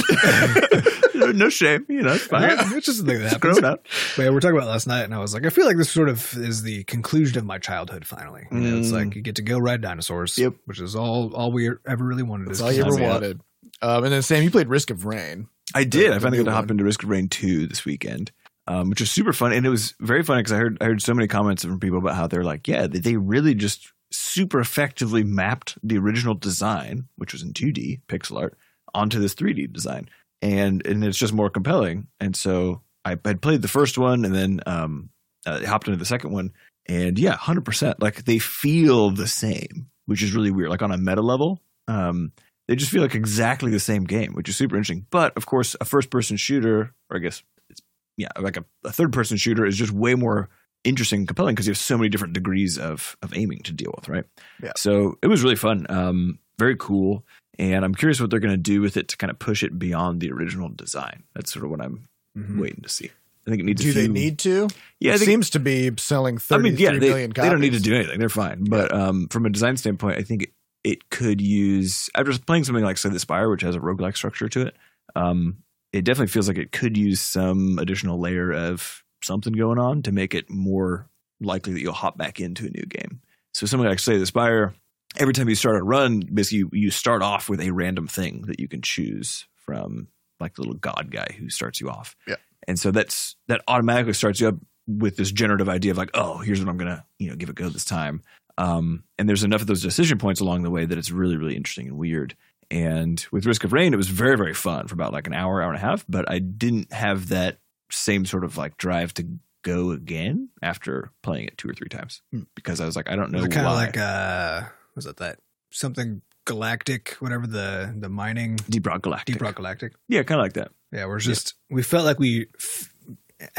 S1: [LAUGHS] no shame, you know, it's fine.
S3: Yeah, it's just a thing that
S1: It's
S3: happens.
S1: grown up.
S3: But yeah, we we're talking about it last night, and I was like, I feel like this sort of is the conclusion of my childhood. Finally, you know, it's
S1: Mm.
S3: like you get to go ride dinosaurs,
S1: Yep.
S3: which is all all we ever really wanted.
S2: That's
S3: is
S2: all you ever
S3: dinosaurs.
S2: wanted. Um, and then Sam, you played Risk of Rain.
S1: I did. I
S2: the
S1: finally
S2: new
S1: got to hop
S2: one.
S1: into Risk of Rain two this weekend, um, which was super fun, and it was very funny because I heard I heard so many comments from people about how they're like, yeah, they, they really just super effectively mapped the original design, which was in two D pixel art, onto this three D design, and and it's just more compelling. And so I had played the first one, and then um, uh, hopped into the second one, and yeah, hundred percent. Like they feel the same, which is really weird. Like on a meta level. Um, they just feel like exactly the same game, which is super interesting. But of course, a first person shooter, or I guess it's yeah, like a, a third person shooter is just way more interesting and compelling because you have so many different degrees of of aiming to deal with, right?
S2: Yeah.
S1: So it was really fun. Um, very cool. And I'm curious what they're gonna do with it to kind of push it beyond the original design. That's sort of what I'm
S3: Mhm.
S1: waiting to see. I think it needs
S2: Hmm. Do
S1: a few,
S2: they need to?
S1: yeah, I
S2: it
S1: think
S2: seems to be selling thirty three million
S1: they,
S2: copies.
S1: they don't need to do anything. They're fine. But um, from a design standpoint, I think it, it could use. After playing something like, say, The Spire, which has a roguelike structure to it, um, it definitely feels like it could use some additional layer of something going on to make it more likely that you'll hop back into a new game. So, something like, say, The Spire, every time you start a run, basically you, you start off with a random thing that you can choose from, like the little god guy who starts you off.
S2: Yeah.
S1: And so that's that automatically starts you up with this generative idea of like, oh, here's what I'm gonna, you know, give it a go this time. Um, and there's enough of those decision points along the way that it's really, really interesting and weird. And with Risk of Rain, it was very, very fun for about like an hour, hour and a half. But I didn't have that same sort of like drive to go again after playing it two or three times
S2: Hmm.
S1: because I was like, I don't know
S3: It was
S1: why.
S3: kind of like uh, was that that something galactic, whatever the the mining
S1: Deep Rock Galactic.
S3: deep rock galactic.
S1: Yeah, kind of like that.
S3: Yeah, we're just we felt like we f-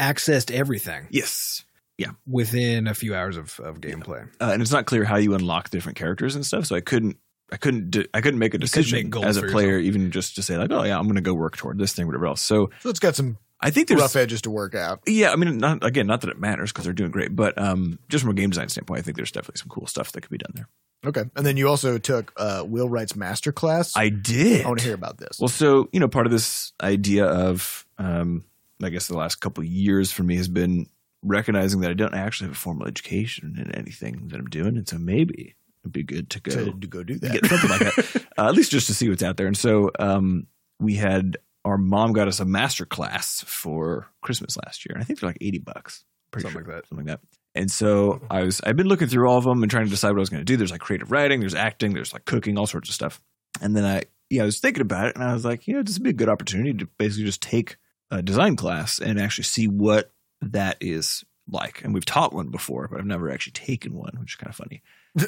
S3: accessed everything
S1: Yes.
S3: within a few hours of of gameplay.
S1: Uh, and it's not clear how you unlock the different characters and stuff, so I couldn't. I couldn't. Do, I couldn't make a
S3: couldn't
S1: decision
S3: make goals
S1: as a
S3: for
S1: player, even just to say like, "Oh yeah, I'm going to go work toward this thing, whatever else." So
S2: So it's got some
S1: I think there's
S2: rough edges to work out.
S1: yeah, I mean, not again, not that it matters because they're doing great, but um, just from a game design standpoint, I think there's definitely some cool stuff that could be done there.
S2: Okay, and then you also took uh, Will Wright's master class.
S1: I did.
S2: I want to hear about this.
S1: Well, so you know, part of this idea of, um, I guess, the last couple of years for me has been recognizing that I don't actually have a formal education in anything that I'm doing, and so maybe it'd be good to go
S2: to, to go do that.
S1: get something like
S2: [LAUGHS]
S1: that, uh, at least just to see what's out there. And so um, we had our mom got us a master class for Christmas last year, and I think they're like eighty bucks, pretty
S3: Something
S1: sure,
S3: like that.
S1: something like that. And so I was I've been looking through all of them and trying to decide what I was going to do. There's like creative writing, there's acting, there's like cooking, all sorts of stuff. And then I yeah I was thinking about it, and I was like, you know, this would be a good opportunity to basically just take a design class and actually see what that is like. And we've taught one before, but I've never actually taken one, which is kind of
S3: [LAUGHS]
S1: funny.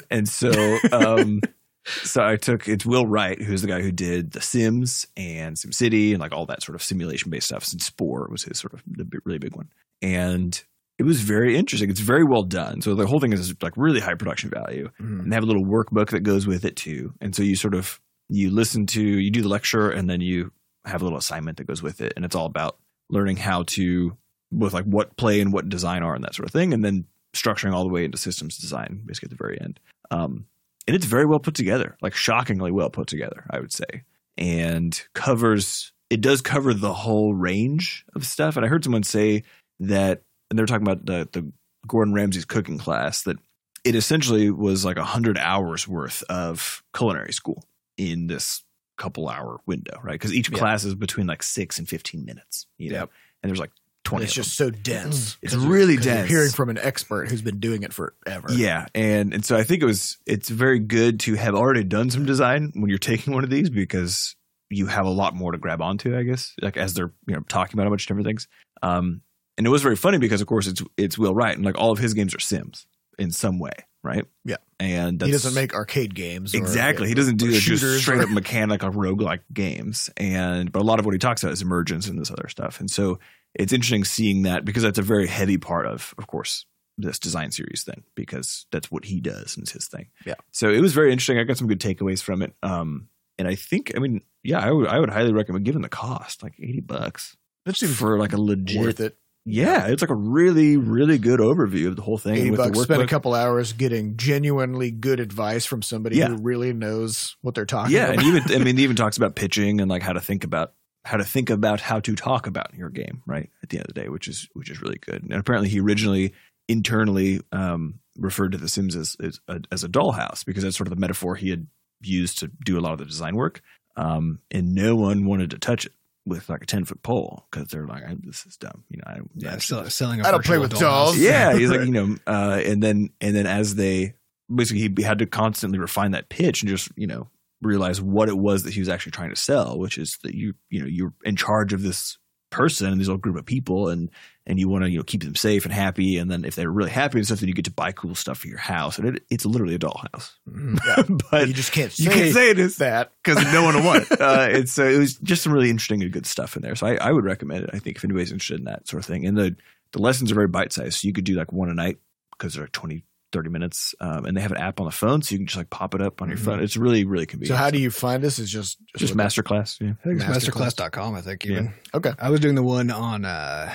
S1: And so, um, so I took it's Will Wright, who's the guy who did The Sims and SimCity and like all that sort of simulation based stuff. Since Spore was his sort of the big- really big one, and it was very interesting. It's very well done. So the whole thing is like really high production value, and they have a little workbook that goes with it too. And so you sort of you listen to you do the lecture, and then you have a little assignment that goes with it, and it's all about learning how to both like what play and what design are and that sort of thing, and then structuring all the way into systems design basically at the very end. Um, and it's very well put together, like shockingly well put together, I would say, and covers it does cover the whole range of stuff. And I heard someone say that, and they were talking about the, the Gordon Ramsay's cooking class that it essentially was like a hundred hours worth of culinary school in this couple hour window, right? Because each
S3: Yeah.
S1: class is between like six and fifteen minutes, you know,
S3: Yep.
S1: and there's like
S2: And
S1: twenty.
S2: it's
S1: of them.
S2: just so dense.
S1: It's really
S2: 'Cause you're
S1: dense.
S2: hearing from an expert who's been doing it forever.
S1: Yeah, and and so I think it was it's very good to have already done some design when you're taking one of these because you have a lot more to grab onto, I guess. Like as they're you know talking about a bunch of different things. Um, and it was very funny because of course it's it's Will Wright and like all of his games are Sims in some way, right?
S2: Yeah.
S1: and
S2: he doesn't make arcade games. or-
S1: Exactly. he doesn't do
S2: or
S1: the just
S2: shooters
S1: straight up mechanical roguelike games. And but a lot of what he talks about is emergence and this other stuff. And so it's interesting seeing that because that's a very heavy part of, of course, this design series then, because that's what he does and it's his thing.
S2: Yeah.
S1: So it was very interesting. I got some good takeaways from it. Um and I think I mean, yeah, I would I would highly recommend given the cost, like eighty bucks.
S2: That seems
S1: For like a legit
S2: worth it.
S1: Yeah, it's like a really, really good overview of the whole thing.
S2: Eighty
S1: with the
S2: bucks. Spend a
S1: workbook.
S2: couple hours getting genuinely good advice from somebody
S1: Yeah.
S2: who really knows what they're talking
S1: yeah,
S2: about.
S1: and even I mean, it even talks about pitching and like how to think about how to think about how to talk about your game, right? At the end of the day, which is which is really good. And apparently, he originally internally um, referred to The Sims as as a, as a dollhouse because that's sort of the metaphor he had used to do a lot of the design work. Um, and no one wanted to touch it with like a ten foot pole because they're like, I, "This is dumb," you know. I,
S3: Yeah,
S1: I-
S3: sell, selling. I
S2: I don't play with dolls.
S1: yeah, he's like
S2: Right.
S1: you know, uh, and then and then as they basically he had to constantly refine that pitch and just you know realize what it was that he was actually trying to sell, which is that you you know you're in charge of this person and this little group of people and and you want to you know keep them safe and happy and then if they're really happy and stuff then you get to buy cool stuff for your house and it, it's literally a dollhouse [LAUGHS]
S3: Mm-hmm.
S1: but
S2: you just can't say,
S1: you can't say it is
S2: that.
S1: because no one will want it. [LAUGHS] Uh, and so it was just some really interesting and good stuff in there. So I, I would recommend it. I think if anybody's interested in that sort of thing, and the the lessons are very bite sized. So you could do like one a night because they're 20, 30 minutes, um, and they have an app on the phone, so you can just like pop it up on your
S3: Mhm.
S1: phone. It's really really convenient.
S2: So how do you find this? Is just
S1: just
S2: look-
S1: masterclass? Yeah.
S3: I think it's
S2: Masterclass.
S3: masterclass.com, I think.
S1: Yeah.
S3: Even.
S2: Okay.
S3: I was doing the one on, uh,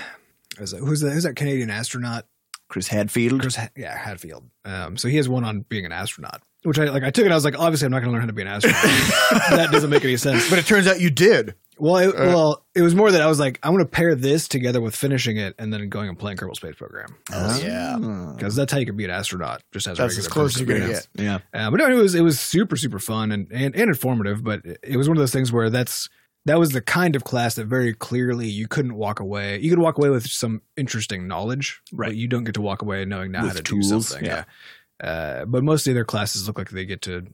S3: is that, who's, that, who's that Canadian astronaut?
S1: Chris Hadfield.
S3: Chris, Ha- yeah, Hadfield. Um, so he has one on being an astronaut, which I like. I took it. I was like, obviously, I'm not going to learn how to be an astronaut.
S2: [LAUGHS]
S3: that doesn't make any sense.
S2: [LAUGHS] But it turns out you did.
S3: Well, it,
S2: Uh,
S3: well, it was more that I was like, I want to pair this together with finishing it and then going and playing Kerbal Space Program
S1: Ah.
S2: Oh, yeah.
S3: because that's how you can be an astronaut. Just as a
S2: That's as
S3: regular
S2: close as you're
S3: person.
S2: gonna
S3: Yeah.
S2: get.
S1: yeah.
S3: Uh, but no, it was it was super super fun and, and and informative. But it was one of those things where that's that was the kind of class that very clearly you couldn't walk away. You could walk away with some interesting knowledge,
S1: Right.
S3: But you don't get to walk away knowing now
S1: With
S3: how to
S1: tools,
S3: do something.
S1: yeah.
S3: Uh, but most of their classes look like they get to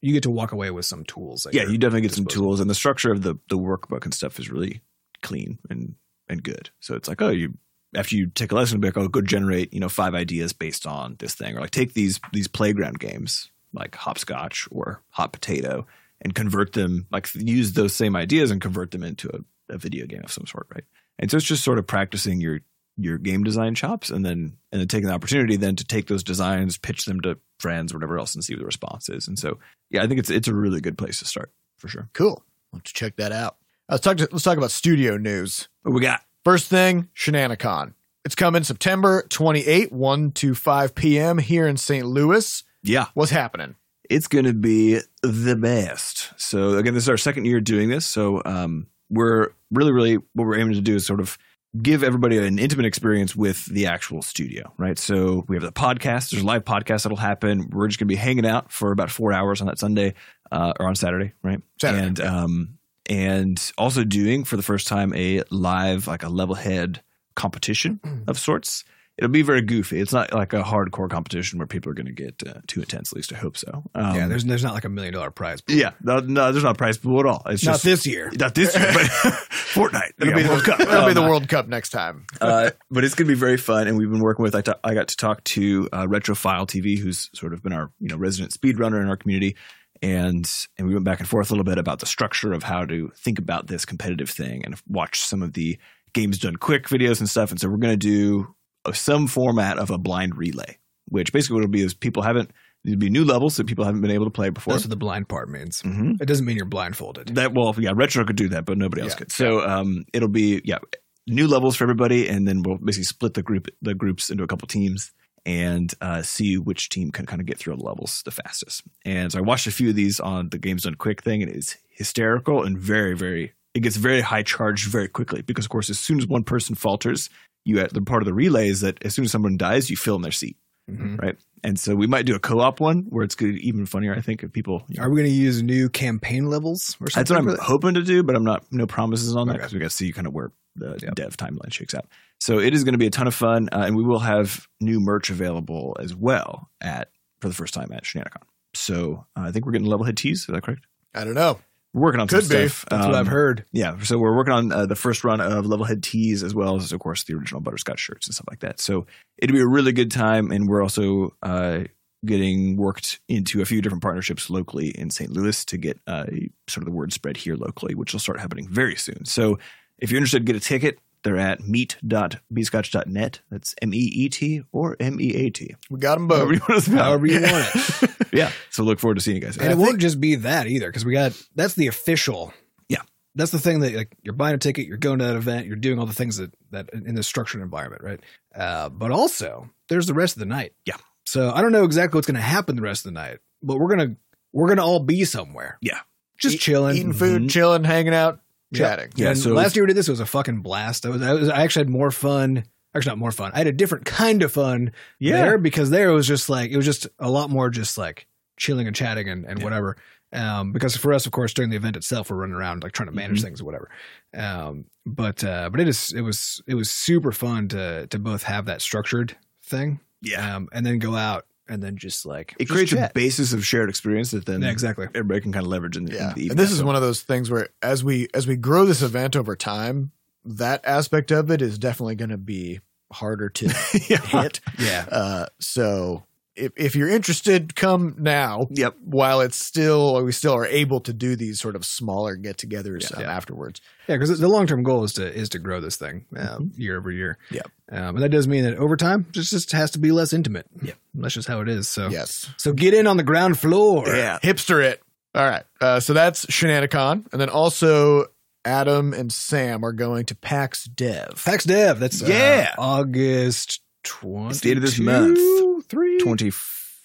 S3: you get to walk away with some tools. that
S1: yeah,
S3: you're-
S1: you definitely get some
S3: disposable.
S1: tools, and the structure of the the workbook and stuff is really clean and and good. So it's like, oh, you after you take a lesson, it'll be like, oh, go generate you know five ideas based on this thing, or like take these these playground games like hopscotch or hot potato and convert them, like use those same ideas and convert them into a, a video game of some sort, right? And so it's just sort of practicing your your game design chops and then and then taking the opportunity then to take those designs, pitch them to friends, whatever else, and see what the response is. And so yeah, I think it's it's a really good place to start for sure.
S2: Cool. Let's check that out. Let's talk. To, let's talk about studio news.
S1: What we got?
S2: First thing, Shenanacon. It's coming September 28, 1 to 5 p.m. here in St. Louis.
S1: Yeah,
S2: What's happening?
S1: it's going to be the best. So again, this is our second year doing this. So um, we're really, really what we're aiming to do is sort of give everybody an intimate experience with the actual studio, right? So we have the podcast. There's a live podcast that'll happen. We're just going to be hanging out for about four hours on that Sunday uh, or on Saturday, right?
S2: Saturday.
S1: And um, and also doing for the first time a live like a level head competition of sorts. It'll be very goofy. It's not like a hardcore competition where people are going to get uh, too intense. At least I hope so. Um,
S3: yeah, there's there's not like a million dollar prize. pool.
S1: yeah, no, no, there's not a prize pool at all. It's
S3: not
S1: just
S3: this year.
S1: not this year, but Fortnite. It'll
S3: Yeah,
S1: be the World Cup.
S3: World
S2: That'll be the
S1: Um,
S2: World Cup next time.
S1: uh, but it's going to be very fun, and we've been working with. I ta- I got to talk to uh, Retrofile TV, who's sort of been our you know resident speedrunner in our community, and and we went back and forth a little bit about the structure of how to think about this competitive thing, and watch some of the games done quick videos and stuff. And so we're going to do uh, some format of a blind relay, which basically what it'll be is people haven't it'll be new levels that people haven't been able to play before.
S3: That's what the blind part means.
S1: Mhm.
S3: It doesn't mean you're blindfolded.
S1: That well, yeah, retro could do that, but nobody else
S2: Yeah.
S1: could. So um, it'll be yeah, new levels for everybody, and then we'll basically split the group the groups into a couple teams and uh, see which team can kind of get through the levels the fastest. And so I watched a few of these on the Games Done Quick thing, and it's hysterical and very very. It gets very high charged very quickly because of course as soon as one person falters, you the part of the relay is that as soon as someone dies, you fill in their seat.
S3: Mhm.
S1: And so we might do a co op one where it's good, even funnier. I think if people you know,
S3: Are we going to use new campaign levels or
S1: that's
S3: something?
S1: what I'm
S3: for that?
S1: hoping to do, but I'm not no promises on that
S3: Okay.
S1: because we got to see kind of where the
S3: Yeah.
S1: dev timeline shakes out. So it is going to be a ton of fun, uh, and we will have new merch available as well at for the first time at Shenanigans. So uh, I think we're getting level head tees. Is that correct?
S2: I don't know.
S1: We're working on
S2: Could
S1: some
S2: be.
S1: stuff.
S3: That's what
S1: Um,
S3: I've heard.
S1: yeah, so we're working on uh, the first run of level head tees as well as, of course, the original butterscotch shirts and stuff like that. So it'll be a really good time, and we're also uh, getting worked into a few different partnerships locally in St. Louis to get uh, sort of the word spread here locally, which will start happening very soon. So if you're interested, get a ticket. They're at meet.bscotch.net. That's M E E T or M E A T.
S2: We got them
S1: However [LAUGHS]
S2: both. [LAUGHS]
S1: you want to spell it.
S3: However you want it.
S1: Yeah. So look forward to seeing you guys. Uh,
S3: And it won't just be that either, because we got that's the official.
S1: Yeah.
S3: that's the thing that like you're buying a ticket, you're going to that event, you're doing all the things that that in the structured environment, right? Uh, but also there's the rest of the night.
S1: Yeah.
S3: So I don't know exactly what's going to happen the rest of the night, but we're gonna we're gonna all be somewhere.
S1: Yeah.
S3: Just
S2: Eat-
S3: chilling.
S2: Eating food,
S1: Mhm.
S2: chilling, hanging out,
S3: Yeah.
S2: chatting.
S1: Yeah,
S3: and
S1: so
S3: last
S1: it's-
S3: year we did this. It was a fucking blast. I was, I was I actually had more fun. Actually, not more fun. I had a different kind of fun there because there it was just like it was just a lot more just like chilling and chatting and, and
S1: Yeah.
S3: whatever. Um, because for us, of course, during the event itself, we're running around like trying to
S1: Mm-hmm.
S3: manage things or whatever. Um, but uh, but it is it was it was super fun to to both have that structured thing,
S1: Yeah.
S3: um, and then go out and then just like
S1: It
S3: just
S1: creates a
S3: chat.
S1: basis of shared experience that then
S3: yeah, exactly.
S1: everybody can kind of leverage in the,
S2: yeah
S1: in the evening.
S2: and this is
S1: So-
S2: one of those things where as we as we grow this event over time that aspect of it is definitely going to be
S1: [LAUGHS]
S2: harder to
S1: [LAUGHS]
S3: [LAUGHS]
S1: yeah.
S2: hit
S3: Yeah,
S2: uh, so if, if you're interested come now
S1: Yep.
S2: while it's still we still are able to do these sort of smaller get-togethers
S3: Yeah.
S2: um,
S3: Yeah.
S2: afterwards
S3: yeah. Because the long term goal is to is to grow this thing uh, year over year.
S1: Mm-hmm. Yeah.
S3: um, and that does mean that over time, it just just has to be less intimate.
S1: Yeah.
S3: that's just how it is. So
S2: yes
S3: so get in on the ground floor.
S1: Yeah.
S2: hipster it all right uh, so that's shenanigans and then also adam and sam are going to pax dev
S3: Fax Dev. That's
S1: Yeah.
S3: uh, August twenty.
S1: It's the end of this month.
S3: Three,
S1: Twenty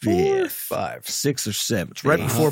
S3: four,
S1: fifth,
S3: five.
S1: six or seven,
S2: right
S1: Uh-huh.
S2: before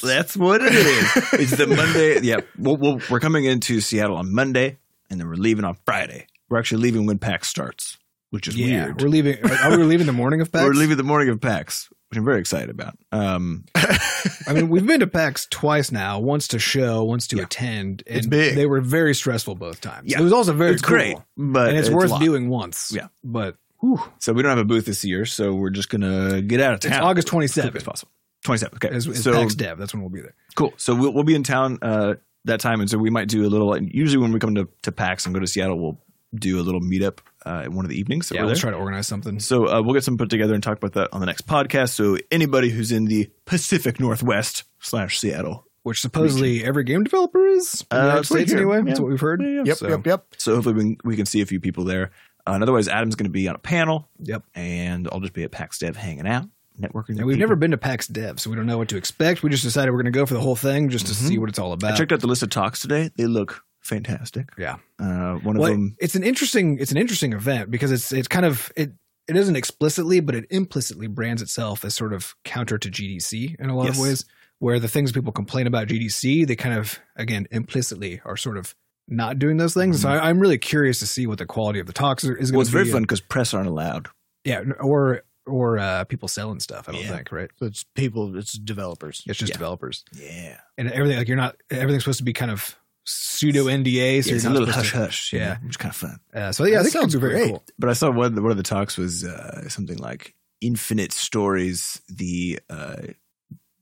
S1: [LAUGHS] That's what it is. it's the Monday. Yeah, we'll, we'll, we're coming into Seattle on Monday, and then we're leaving on Friday. We're actually leaving when PAX starts, which is
S3: Yeah,
S1: weird.
S3: we're leaving. Are we leaving the morning of
S1: [LAUGHS]
S3: PAX?
S1: We're leaving the morning of PAX, which I'm very excited about. Um,
S3: I mean, we've been to PAX twice now. Once to show, once to attend. And
S2: It's big.
S3: They were very stressful both times.
S1: Yeah.
S3: It was also very
S1: it's
S3: cool.
S1: great, but
S3: and it's,
S1: a
S3: worth
S1: lot.
S3: doing once.
S1: Yeah.
S3: but whew,
S1: So we don't have a booth this year, so we're just gonna get out of
S3: it's
S1: town
S3: August twenty
S1: as quick as
S3: seventh.
S1: possible. Twenty seventh. Okay,
S3: Is, is
S1: so
S3: PAX Dev? That's when we'll be there.
S1: Cool. So we'll, we'll be in town uh, that time, and so we might do a little. Usually, when we come to, to PAX and go to Seattle, we'll do a little meetup uh, in one of the evenings. that
S3: Yeah,
S1: we're
S3: we'll
S1: there.
S3: try to organize something.
S1: So uh, we'll get some put together and talk about that on the next podcast. So anybody who's in the Pacific Northwest slash Seattle,
S3: Which supposedly every game developer is in
S1: Uh,
S3: the United
S1: that's what I
S3: States
S1: hear.
S3: anyway. That's
S1: Yeah.
S3: what we've heard.
S1: Yeah, yeah.
S2: yep
S3: So-
S2: yep yep
S1: so hopefully we can, we can see a few people there. Uh, and otherwise, Adam's going to be on a panel,
S3: Yep.
S1: and I'll just be at PAX Dev hanging out, networking. with
S3: And we've
S1: people.
S3: never been to PAX Dev, so we don't know what to expect. We just decided we're going to go for the whole thing just to see what it's all
S1: Mm-hmm. I
S3: about.
S1: checked out the list of talks today. They look fantastic.
S3: Yeah.
S1: Uh, one of
S3: Well,
S1: them.
S3: it's an interesting it's an interesting event because it's it's kind of it it isn't explicitly but it implicitly brands itself as sort of counter to GDC in a lot
S1: Yes.
S3: of ways where the things people complain about GDC they kind of again implicitly are sort of not doing those things so I, I'm really curious to see what the quality of the talks are, is going
S1: Mm-hmm. Well, it's
S3: to be uh,
S1: very fun because press aren't allowed.
S3: yeah or or uh, people selling stuff I don't
S1: Yeah.
S3: think right
S2: So it's people, it's developers.
S3: it's just
S1: Yeah.
S3: developers
S1: Yeah.
S3: and everything like you're not everything's supposed to be kind of pseudo NDA
S1: it's a
S3: so you're not
S1: little
S3: supposed
S1: hush
S3: to-
S1: hush.
S3: yeah.
S1: Which is kind of fun.
S3: uh, so yeah I
S2: That
S3: think sounds
S2: sounds
S3: very
S2: great.
S3: cool
S1: But I saw one, one of the talks was uh, something like Infinite Stories, the uh,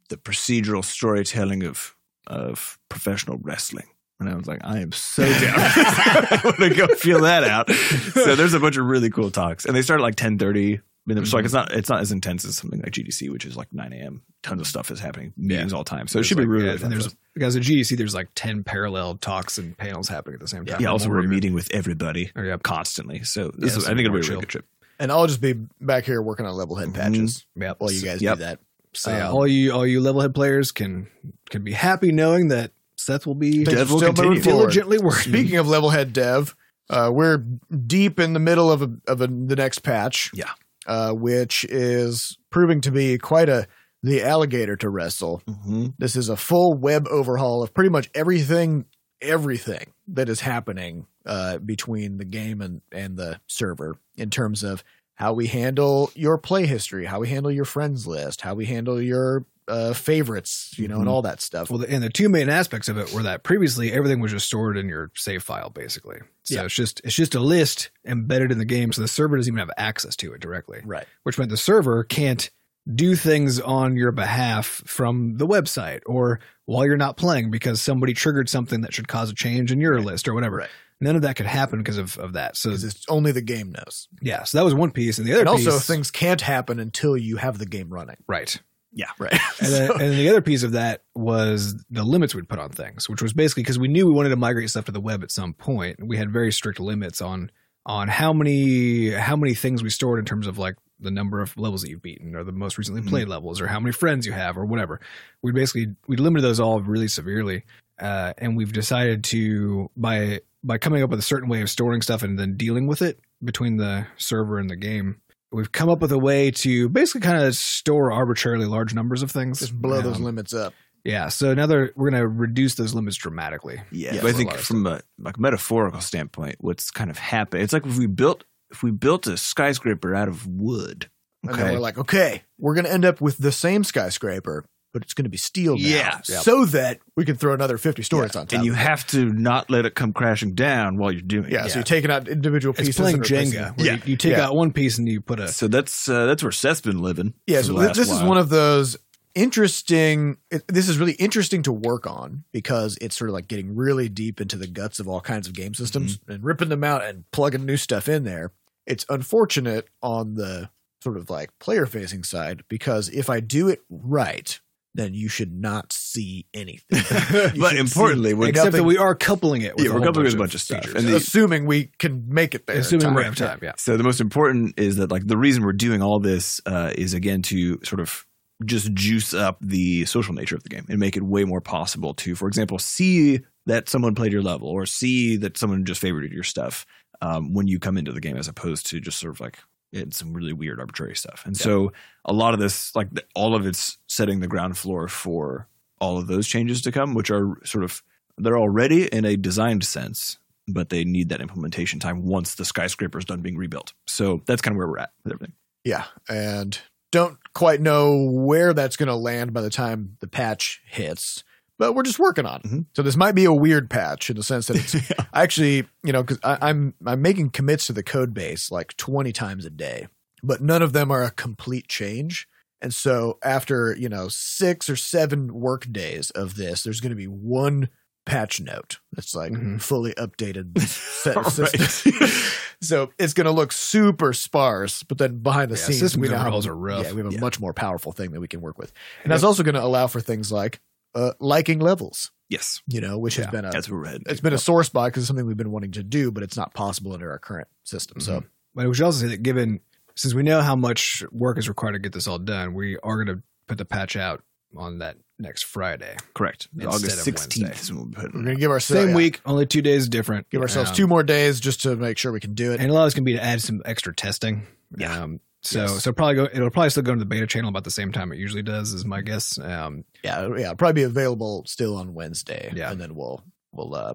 S1: the procedural storytelling of of professional wrestling. And I was like, I am so down. [LAUGHS] I want to go feel that out. So there's a bunch of really cool talks, and they start at like 10:30. I mean, it's like it's not it's not as intense as something like GDC, which is like 9 a.m. Tons of stuff is happening, meetings all the time. So it
S3: There's
S1: should be
S3: like-
S1: really.
S3: yeah,
S1: really fun
S3: and there's
S1: for
S3: guys at GDC. There's like ten parallel talks and panels happening at the same time.
S1: them. yeah. Also, we're
S3: Or-
S1: meeting with everybody
S3: or, yeah,
S1: constantly. So this
S3: Yeah,
S1: is,
S3: so
S1: I think it'll be a
S3: more
S1: really
S3: chill.
S1: good trip.
S2: And I'll just be back here working on level head
S1: Mhm.
S2: patches
S3: yeah.
S2: while you guys
S1: Yep.
S2: do that.
S3: So yeah,
S2: um,
S3: all you all you level head players can can be happy knowing that Seth will be
S2: Thank you
S1: Dev will
S2: for still moving
S1: continue.
S2: forward.
S3: diligently working.
S2: Speaking of level head dev, uh, we're deep in the middle of a, of a, the next patch.
S1: Yeah.
S2: Uh, which is proving to be quite a the alligator to wrestle.
S1: Mm-hmm.
S2: This is a full web overhaul of pretty much everything everything that is happening uh, between the game and, and the server in terms of how we handle your play history, how we handle your friends list, how we handle your uh, favorites, you know, and
S1: Mhm.
S2: all that stuff.
S3: Well, the- and the two main aspects of it were that previously everything was just stored in your save file, basically. So
S2: Yeah.
S3: it's just it's just a list embedded in the game, so the server doesn't even have access to it directly.
S2: Right.
S3: which meant the server can't do things on your behalf from the website or while you're not playing because somebody triggered something that should cause a change in your list or whatever.
S2: Right.
S3: None of that could happen because of, of that. So
S2: Because it's only the game knows.
S3: yeah, so that was one piece, and the other
S2: and
S3: piece,
S2: also things can't happen until you have the game running
S3: right.
S2: [LAUGHS] right
S3: And, uh, then, and the other piece of that was the limits we'd put on things, which was basically because we knew we wanted to migrate stuff to the web at some point. We had very strict limits on on how many how many things we stored in terms of like the number of levels that you've beaten or the most recently
S1: Mhm.
S3: played levels or how many friends you have or whatever. We basically we limited those all really severely, uh, and we've decided to by by coming up with a certain way of storing stuff and then dealing with it between the server and the game. We've come up with a way to basically kind of store arbitrarily large numbers of things.
S2: just blow those
S3: Um,
S2: limits up
S3: yeah, so another we're going to reduce those limits dramatically.
S1: Yeah,
S2: Yeah,
S1: but I
S3: for a
S1: think
S3: lot of
S1: from a like metaphorical standpoint, what's kind of happened? It's like if we built if we built a skyscraper out of wood.
S2: and then
S1: Okay,
S2: we're like okay we're going to end up with the same skyscraper but it's going to be steel now,
S1: Yeah.
S3: Yep.
S2: so that we can throw another 50 stories on top
S1: and you
S2: of it.
S1: have to not let it come crashing down while you're doing
S2: yeah,
S1: it.
S2: so you're taking out individual
S3: It's
S2: pieces
S3: playing
S2: and replacing
S3: Jenga.
S2: them.
S3: Where
S1: Yeah.
S3: you, you take
S2: Yeah.
S3: out one piece and you put a
S1: So that's uh, that's where Seth's been living.
S2: yeah
S1: for
S2: so
S1: the
S2: thi-
S1: last
S2: this is
S1: while.
S2: one of those interesting it, this is really interesting to work on because it's sort of like getting really deep into the guts of all kinds of game systems
S1: Mm-hmm.
S2: and ripping them out and plugging new stuff in there it's unfortunate on the sort of like player facing side because if i do it right then you should not see
S1: [LAUGHS]
S2: anything You
S1: but
S2: should
S1: importantly,
S2: see
S1: we're
S3: except that
S2: nothing-
S3: we are coupling it. With
S1: Yeah,
S3: a
S1: we're
S3: whole
S1: coupling with
S3: bunch
S1: a
S3: of
S1: bunch of stuff.
S3: features.
S1: And the-
S2: assuming we can make it there in
S3: assuming
S2: time.
S3: we have time. Yeah,
S1: So the most important is that like the reason we're doing all this uh, is again to sort of just juice up the social nature of the game and make it way more possible to, for example, see that someone played your level or see that someone just favorited your stuff um, when you come into the game, as opposed to just sort of like it's some really weird arbitrary stuff. And so a lot of this, like the, all of it's setting the ground floor for all of those changes to come, which are sort of they're already in a designed sense, but they need that implementation time once the skyscraper is done being rebuilt. So that's kind of where we're at with everything.
S2: Yeah, and don't quite know where that's going to land by the time the patch hits, but we're just working on it.
S1: Mhm.
S2: So this might be a weird patch in the sense that
S1: [LAUGHS]
S2: [LAUGHS] it's I actually, you know, because I'm I'm making commits to the code base like 20 times a day, but none of them are a complete change. And so after you know six or seven work days of this, there's going to be one patch note that's like
S3: Mhm.
S2: fully updated set of
S1: Right.
S2: systems. [LAUGHS] so it's going to look super sparse, but then behind the
S3: Yeah,
S2: scenes,
S3: systems
S2: we know
S3: and
S2: how-
S3: roles are rough.
S2: Yeah, we have a
S1: Yeah.
S2: much more powerful thing that we can work with, and that's also going to allow for things like uh, liking levels,
S1: [LAUGHS] Yes,
S2: you know, which
S3: Yeah,
S2: has been a
S1: that's where we're at.
S2: it's been a sore spot because it's something we've been wanting to do, but it's not possible under our current system. So
S3: But we should also say that given since we know how much work is required to get this all done, we are going to put the patch out on that next Friday.
S1: Correct.
S3: Instead
S1: August
S3: of
S1: sixteenth
S3: Wednesday.
S1: is when we'll be
S2: We're
S1: putting. it.
S2: gonna give ourselves
S3: Same
S2: yeah,
S3: week, only two days different.
S2: Give ourselves
S3: Um,
S2: two more days just to make sure we can do it.
S3: And a lot of this can be to add some extra testing.
S1: Yeah.
S3: Um, so
S2: Yes.
S3: so probably go. It'll probably still go into the beta channel about the same time it usually does, is my guess. Um,
S2: yeah, yeah, it'll probably be available still on Wednesday.
S3: Yeah.
S2: and then we'll we'll uh,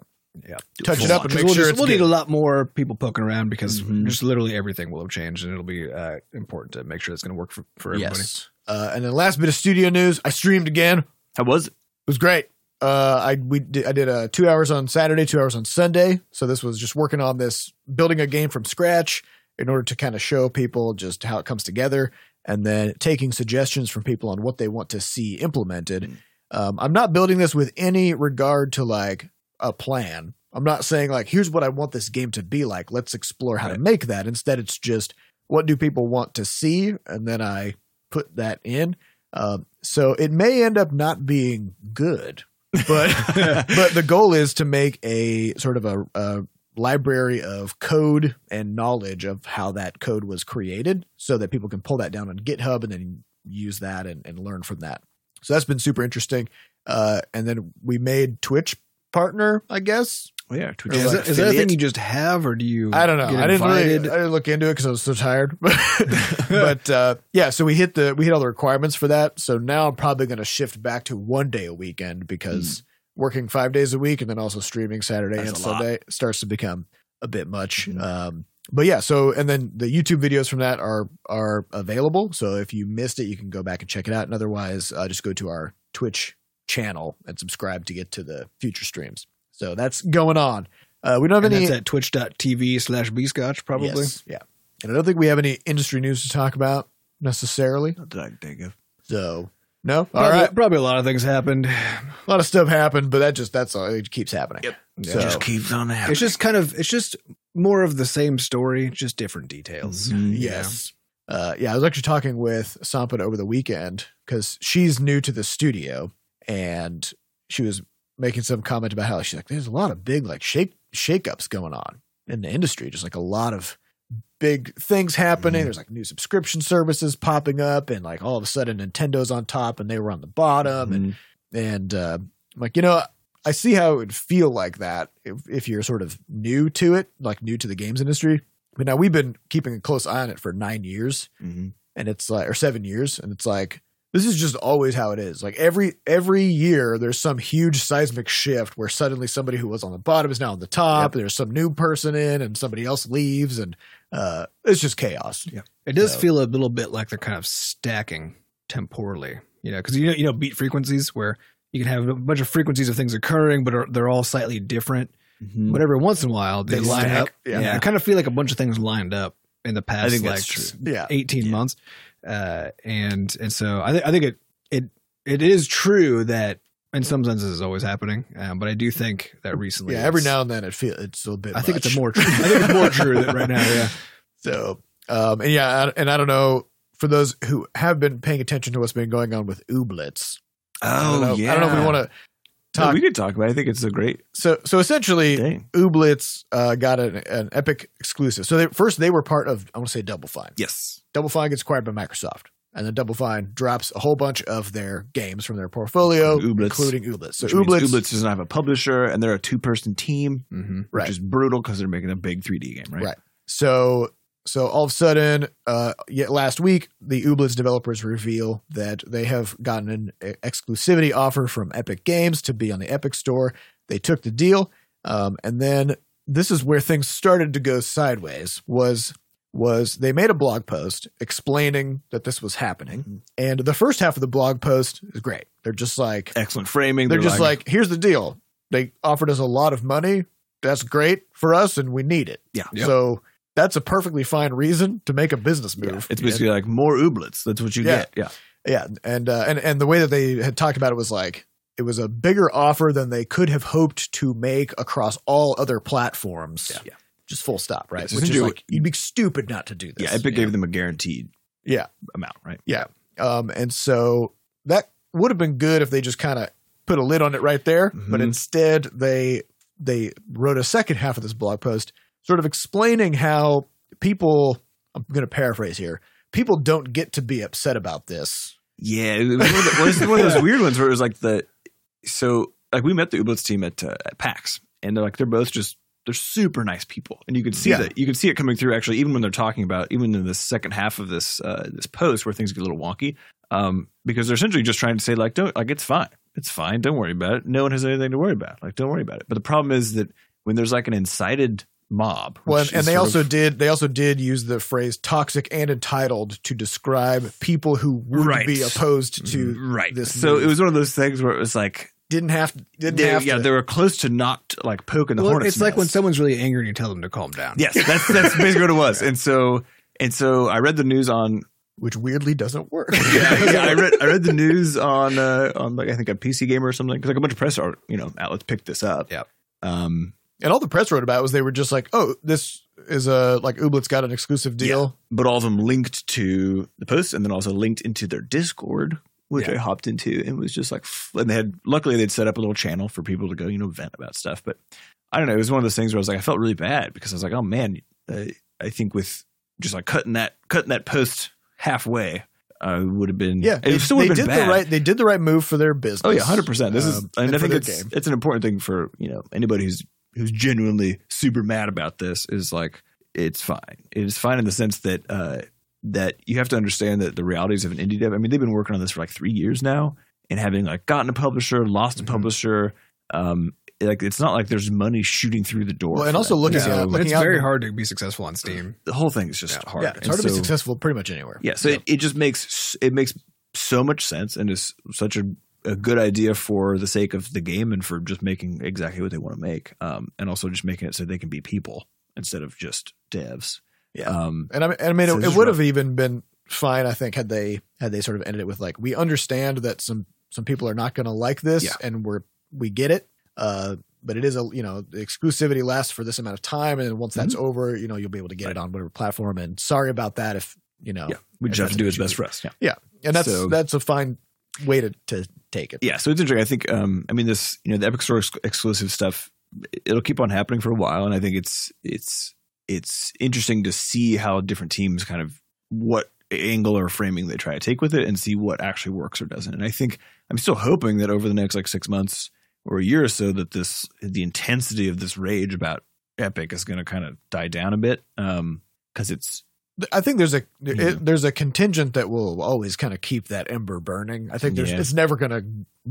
S3: Yeah.
S1: Do
S2: touch
S1: full
S2: it up
S1: launch.
S2: and
S3: 'cause
S2: make
S3: we'll
S2: sure
S3: just-
S2: it's Mm-hmm.
S3: we'll need
S2: good.
S3: a lot more people poking around because
S1: Mhm.
S3: just literally everything will have changed, and it'll be uh, important to make sure it's going to work for, for everybody.
S2: Yes. Uh, and then last bit of studio news, I streamed again. It
S1: How was it?
S2: was great. Uh, I we did, I did uh, two hours on Saturday, two hours on Sunday. So this was just working on this, building a game from scratch in order to kind of show people just how it comes together, and then taking suggestions from people on what they want to see implemented.
S1: Mm.
S2: Um, I'm not building this with any regard to like a plan. I'm not saying like here's what I want this game to be like. Let's explore how to
S1: Right.
S2: make that. Instead, it's just what do people want to see, and then I put that in. Um, so it may end up not being good, but [LAUGHS]
S1: [LAUGHS]
S2: but the goal is to make a sort of a, a library of code and knowledge of how that code was created so that people can pull that down on GitHub and then use that and, and learn from that. So that's been super interesting. Uh, and then we made Twitch partner, I guess.
S1: Oh, yeah, Twitch
S3: Is,
S2: Or
S1: is
S3: that, is that a thing you just have, or do you?
S2: I don't know.
S3: get
S2: I didn't really I
S3: invited?
S2: didn't look into it because I was so tired. [LAUGHS] but uh, yeah, so we hit the we hit all the requirements for that. So now I'm probably going to shift back to one day a weekend because
S3: Hmm.
S2: working five days a week and then also streaming Saturday
S1: That's
S2: and
S1: a lot.
S2: Sunday starts to become a bit much.
S3: Hmm.
S1: Mhm.
S2: Um, but yeah, so and then the YouTube videos from that are are available. So if you missed it, you can go back and check it out. And otherwise, uh, just go to our Twitch channel and subscribe to get to the future streams. So that's going on. Uh, we don't have
S3: And
S2: any
S3: that's at twitch.tv slash bscotch, probably.
S2: Yes, Yeah. And I don't think we have any industry news to talk about necessarily.
S1: Not that I can think of.
S2: So no, all
S3: Probably,
S2: right.
S3: Probably a lot of things happened.
S2: A lot of stuff happened, but that just that's all. It keeps happening.
S1: Yep.
S2: So-
S1: It just keeps on happening.
S3: It's just kind of, it's just more of the same story, just different details.
S1: Mhm.
S2: Yes. Mm-hmm. Uh, yeah, I was actually talking with Sampit over the weekend because she's new to the studio and she was making some comment about how she's like, there's a lot of big like shake shakeups going on in the industry, just like a lot of big things happening.
S1: Mhm.
S2: There's like new subscription services popping up, and like all of a sudden Nintendo's on top and they were on the bottom, and
S1: Mhm.
S2: and uh, I'm like, you know, I see how it would feel like that if, if you're sort of new to it, like new to the games industry. But now we've been keeping a close eye on it for nine years,
S1: Mhm.
S2: and it's like, or seven years, and it's like, this is just always how it is. Like every every year, there's some huge seismic shift where suddenly somebody who was on the bottom is now on the top. and There's some new person in, and somebody else leaves, and uh, it's just chaos.
S3: It does
S2: So-
S3: feel a little bit like they're kind of stacking temporally, you know, because you know, you know, beat frequencies where you can have a bunch of frequencies of things occurring, but are, they're all slightly different.
S1: Mhm.
S3: But every once in a while, they,
S2: They
S3: line
S2: stack,
S3: up.
S2: yeah.
S3: Yeah. I kind of feel like a bunch of things lined up in the past,
S1: I think
S3: like
S1: that's true.
S2: Yeah,
S3: 18
S1: Yeah.
S3: months. Uh, and and so I, th- I think it it it is true that in some senses it's always happening, um, but I do think that recently,
S2: yeah. Every
S3: it's-
S2: now and then, it feels it's a bit.
S3: I think it's
S2: much.
S3: a more true. I think it's more true that right now. Yeah,
S2: So, um, and yeah, I- and I don't know for those who have been paying attention to what's been going on with Ooblets. I don't
S1: Oh
S2: know,
S1: yeah.
S2: I don't know if we want to
S1: No,
S2: talk.
S1: we could talk about. it. I think it's a great
S2: so, so essentially,
S1: thing.
S2: Ooblets uh, got an, an Epic exclusive. So they, first, they were part of I want to say Double Fine.
S1: Yes.
S2: Double Fine gets acquired by Microsoft, and then Double Fine drops a whole bunch of their games from their portfolio,
S1: Ooblets.
S2: including Ooblets. So
S1: Which means
S2: Ooblets,
S1: Ooblets doesn't have a publisher, and they're a two-person team,
S2: [LAUGHS]
S3: hmm
S2: Right.
S1: which is brutal because they're making a big 3D game, right?
S2: Right. So so all of a sudden, uh, yet last week, the Ooblets developers reveal that they have gotten an e- exclusivity offer from Epic Games to be on the Epic Store. They took the deal, um, and then this is where things started to go sideways. Was was they made a blog post explaining that this was happening, and the first half of the blog post is great. They're just like,
S1: Excellent framing.
S2: they're just like, here's the deal. They offered us a lot of money. That's great for us, and we need it.
S1: Yeah.
S3: Yep.
S2: So that's a perfectly fine reason to make a business
S1: Yeah.
S2: move.
S1: It's basically like more ooblets. That's what you
S2: Yeah.
S1: get. Yeah.
S2: yeah, and uh, and and the way that they had talked about it was like it was a bigger offer than they could have hoped to make across all other platforms.
S1: Yeah.
S2: Just full stop, right?
S1: so
S2: Which is
S1: essentially-
S2: like you'd be stupid not to do this.
S1: Yeah. Epic gave them a guaranteed
S2: Yeah.
S1: amount, right?
S2: Um, and so that would have been good if they just kind of put a lid on it right there. But
S1: Mhm.
S2: instead, they they wrote a second half of this blog post, sort of explaining how people. I'm going to paraphrase here. People don't get to be upset about this.
S1: Yeah, it was one of, the, it was one
S2: [LAUGHS]
S1: of those weird ones where it was like the so like we met the Ublitz team at, uh, at PAX, and they're like they're both just they're super nice people, and you could see
S2: Yeah.
S1: that you could see it coming through actually even when they're talking about even in the second half of this uh, this post where things get a little wonky, um, because they're essentially just trying to say like don't like it's fine, it's fine, don't worry about it. No one has anything to worry about. Like don't worry about it. But the problem is that when there's like an incited mob,
S2: Well,
S1: which
S2: and, and
S1: is
S2: they
S1: sort
S2: also
S1: of-
S2: did they also did use the phrase toxic and entitled to describe people who would
S1: Right. Mm-hmm.
S2: be opposed to
S1: right.
S2: this
S1: so
S2: move.
S1: it was one of those things where it was like
S2: didn't have didn't
S1: they,
S2: have
S1: yeah
S2: to.
S1: they were close to not like poking the
S3: Well,
S1: hornet's
S3: it's like
S1: nest.
S3: when someone's really angry and you tell them to calm down.
S1: [LAUGHS] Yes, that's that's basically what it was. And so and so I read the news on [LAUGHS]
S2: which weirdly doesn't work.
S1: yeah, yeah, I read I read the news on uh, on like I think a PC gamer or something because like a bunch of press art you know outlets picked this up.
S3: Yep.
S1: Um,
S2: and all the press wrote about was they were just like, oh, this is a like Ublett's got an exclusive deal.
S1: but all of them linked to the post and then also linked into their Discord, which
S3: Yeah.
S1: I hopped into and was just like, f- and they had luckily they'd set up a little channel for people to go you know vent about stuff. But I don't know, it was one of those things where I was like, I felt really bad because I was like, oh man, uh, I think with just like cutting that cutting that post halfway. Uh, would have been
S2: Yeah,
S1: It still would
S2: they
S1: have been
S2: did
S1: bad.
S2: the right they did the right move for their business.
S1: Oh yeah, hundred percent. This is,
S2: Um,
S1: and I
S2: for
S1: think
S2: their
S1: it's it's an important thing for you know anybody who's who's genuinely super mad about this is like it's fine. It's fine in the sense that uh, that you have to understand that the realities of an indie dev. I mean, they've been working on this for like three years now, and having like gotten a publisher, lost a
S2: Mm-hmm.
S3: Mhm.
S1: publisher. Um, like it's not like there's money shooting through the door.
S2: Well, and
S1: for
S2: also
S1: that.
S2: look at-
S1: So
S2: yeah,
S3: but
S2: looking
S3: it's
S2: out-
S3: very hard to be successful on Steam.
S1: the whole thing is just
S3: Yeah.
S1: hard.
S2: Yeah, it's
S1: And
S2: hard to be
S1: so-
S2: successful pretty much anywhere.
S1: yeah, so It, it just makes it makes so much sense and is such a, a good idea for the sake of the game and for just making exactly what they want to make, um, and also just making it so they can be people instead of just devs.
S2: Yeah.
S1: um,
S2: And I, and I mean,
S1: So
S2: it,
S1: this
S2: it
S1: is
S2: would
S1: rough.
S2: have even been fine, I think, had they had they sort of ended it with like, we understand that some some people are not going to like this,
S1: Yeah.
S2: and we're we get it. Uh, but it is a you know the exclusivity lasts for this amount of time, and once
S1: Mm-hmm.
S2: that's over, you know you'll be able to get it on whatever platform. And sorry about that if you know,
S1: Yeah. we just
S2: And
S1: have to
S2: that's
S1: do
S2: what
S1: what's
S2: you
S1: best
S2: do.
S1: for us. Yeah.
S2: and that's
S1: So-
S2: that's a fine way to to take it.
S1: Yeah, so it's interesting. I think, um, I mean, this you know the Epic Store ex- exclusive stuff, it'll keep on happening for a while, and I think it's it's it's interesting to see how different teams kind of what angle or framing they try to take with it, and see what actually works or doesn't. And I think I'm still hoping that over the next like six months or a year or so, that this the intensity of this rage about Epic is going to kind of die down a bit, because it's
S2: I think there's a
S1: Yeah.
S2: it, there's a contingent that will always kind of keep that ember burning. I think there's
S1: Yeah.
S2: it's never going to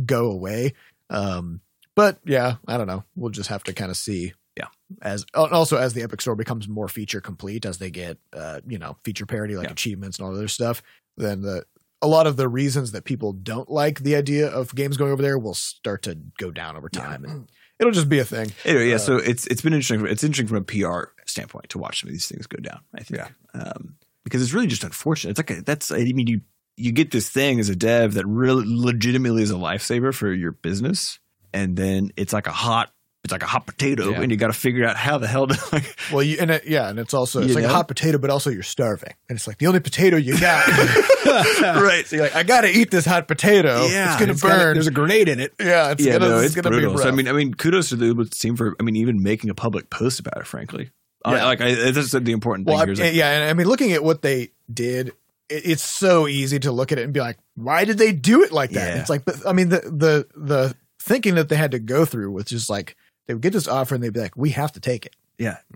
S2: go away. Um, but yeah, I don't know. We'll just have to kind of see.
S1: Yeah.
S2: As and also as the Epic Store becomes more feature complete, as they get uh, you know feature parity like
S1: Yeah.
S2: achievements and all other stuff, then the a lot of the reasons that people don't like the idea of games going over there will start to go down over
S1: Yeah.
S2: time, and it'll just be a thing.
S1: Anyway, yeah.
S2: Uh,
S1: so it's it's been interesting. It's interesting from a PR standpoint to watch some of these things go down. I think, um, because it's really just unfortunate. It's like a, that's I mean you you get this thing as a dev that really legitimately is a lifesaver for your business, and then it's like a hot it's like a hot potato,
S3: Yeah.
S1: and you got to figure out how the hell to
S2: [LAUGHS]
S1: like
S2: Well, you and it, yeah, and it's also it's
S1: You
S2: like
S1: know?
S2: a hot potato, but also you're starving, and it's like the only potato you got.
S1: [LAUGHS]
S2: [LAUGHS]
S1: right.
S2: So you're like, I gotta eat this hot potato.
S1: Yeah.
S2: it's gonna
S3: It's got-
S2: burn.
S3: there's a grenade in it.
S2: yeah, it's
S1: yeah,
S2: gonna,
S1: no,
S2: it's
S1: it's
S2: gonna
S1: brutal.
S2: be rough.
S1: So, I mean, I mean, kudos to the Uber team for I mean even making a public post about it. Frankly, I-
S2: Yeah.
S1: like I, that's the important thing.
S2: well, I,
S1: here is, like,
S2: yeah, and I mean, looking at what they did, it, it's so easy to look at it and be like, why did they do it like that?
S1: Yeah.
S2: It's like, but I mean, the the the thinking that they had to go through was just like they would get this offer and they'd be like, we have to take it,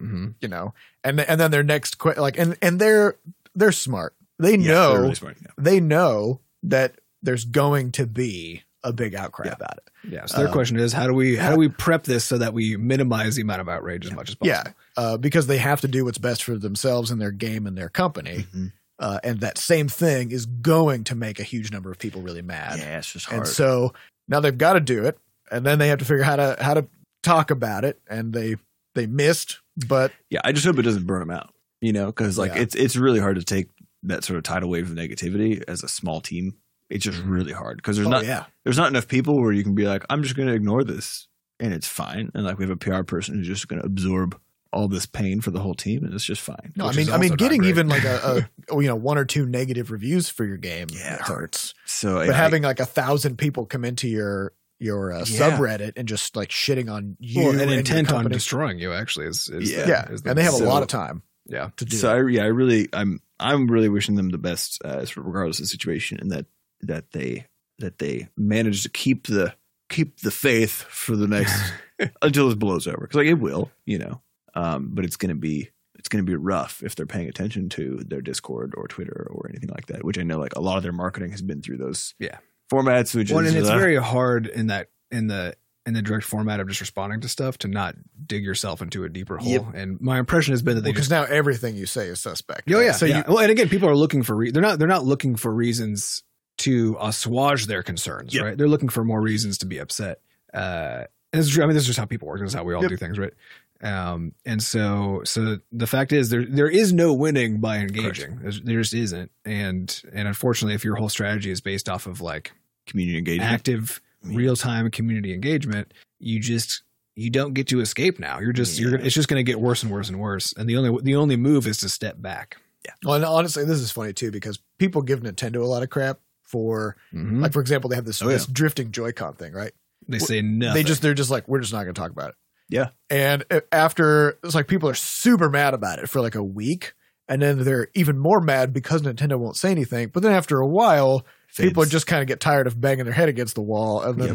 S3: Mm-hmm.
S2: you know, and and then their next que- like, and and they're they're smart. They
S1: yeah,
S2: know
S1: they're really smart. Yeah.
S2: they know that there's going to be a big outcry
S1: Yeah.
S2: about it.
S3: Yeah. So their
S2: Um,
S3: question is, how do we how
S2: yeah.
S3: do we prep this so that we minimize the amount of outrage as much as possible?
S2: Yeah. Uh, because they have to do what's best for themselves and their game and
S1: [LAUGHS]
S2: their company.
S1: Mhm.
S2: Uh, and that same thing is going to make a huge number of people really mad.
S1: Yeah, it's just hard.
S2: and so now they've got to do it, and then they have to figure out how to how to talk about it. And they they missed, but
S1: yeah, I just hope it doesn't burn them out. You know, because like
S2: Yeah.
S1: it's it's really hard to take that sort of tidal wave of negativity as a small team. It's just really hard because there's
S2: oh
S1: not
S2: yeah,
S1: there's not enough people where you can be like, I'm just going to ignore this and it's fine. And like we have a PR person who's just going to absorb all this pain for the whole team and it's just fine.
S2: no, I
S3: which
S2: mean
S3: is
S2: I mean
S3: also not
S2: getting
S3: great.
S2: even like a, a oh, you know one or two negative reviews for your game
S1: Yeah,
S2: it
S1: it's
S2: hurts,
S1: So
S2: but
S1: I-
S2: having like a thousand people come into your your uh,
S1: Yeah.
S2: subreddit and just like shitting on you
S3: Well,
S2: and,
S3: an
S2: your
S3: intent on
S2: company.
S3: destroying you actually is, is
S1: Yeah.
S3: the-
S2: yeah,
S3: is the-
S2: and they have
S1: so-
S2: a lot of time
S3: yeah.
S2: to do.
S1: so
S2: that.
S1: I, yeah, I really, I'm, I'm really wishing them the best, uh, sort of regardless of the situation, and that that they that they manage to keep the keep the faith for the next
S3: [LAUGHS]
S1: until it blows over because like it will you know um, but it's gonna be it's gonna be rough if they're paying attention to their discord or twitter or anything like that which i know like a lot of their marketing has been through those
S3: Yeah.
S1: formats which
S3: Well,
S1: is
S3: and it's
S1: uh,
S3: very hard in that in the in the direct format of just responding to stuff to not dig yourself into a deeper hole.
S1: Yep.
S3: And my impression has been that they just
S2: because now everything you say is suspect.
S3: Oh
S2: right?
S3: yeah.
S2: So
S3: yeah.
S2: you
S3: well, and again, people are looking for re- they're not they're not looking for reasons to assuage their concerns,
S1: Yep.
S3: right? They're looking for more reasons to be upset. Uh, and this is, true. I mean, this is just how people work. This is how we all
S2: Yep.
S3: do things, right? Um, and so, so the fact is, there there is no winning by engaging. There's, there just isn't. And and unfortunately, if your whole strategy is based off of like
S1: community engagement
S3: active
S1: Yeah.
S3: real time community engagement, you just you don't get to escape now. You're just you're
S1: Yeah.
S3: it's just going to get worse and worse and worse. And the only the only move is to step back.
S2: well, and honestly, this is funny too because people give Nintendo a lot of crap for
S3: Mhm.
S2: like for example, they have this,
S1: Mm-hmm. Oh, yeah.
S2: this drifting Joy-Con thing, right?
S3: They say nothing.
S2: Mm-hmm. They just they're just like we're just not going to talk about it.
S1: Yeah.
S2: And uh, after it's like people are super mad about it for like a week, and then they're even more mad because Nintendo won't say anything. But then after a while,
S1: fades.
S2: people just kind of get tired of banging their head against the wall, and then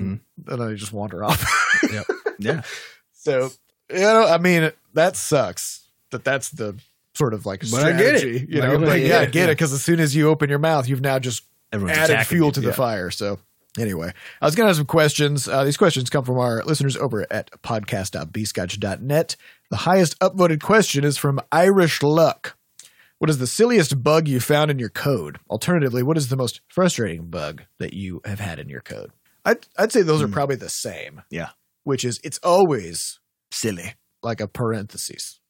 S3: Mhm.
S2: and then they just wander off.
S1: [LAUGHS]
S3: [LAUGHS]
S1: yeah
S2: so you know, I mean, that sucks. That that's the sort of like
S3: But I get it.
S2: strategy, you
S3: Like,
S2: know.
S3: I
S2: But
S3: get
S2: yeah, I
S3: it.
S2: get it because as soon as you open your mouth, you've now just
S1: everyone's
S2: added
S1: attacking
S2: fuel
S1: you.
S2: to the
S1: Yeah.
S2: fire. So anyway, I was going to have some questions. Uh, these questions come from our listeners over at podcast.bscotch.net. The highest upvoted question is from Irish Luck. What is the silliest bug you found in your code? Alternatively, what is the most frustrating bug that you have had in your code? I'd, I'd say those are
S1: Hmm.
S2: probably the same.
S1: Yeah.
S2: Which is, it's always
S1: silly
S2: like a parenthesis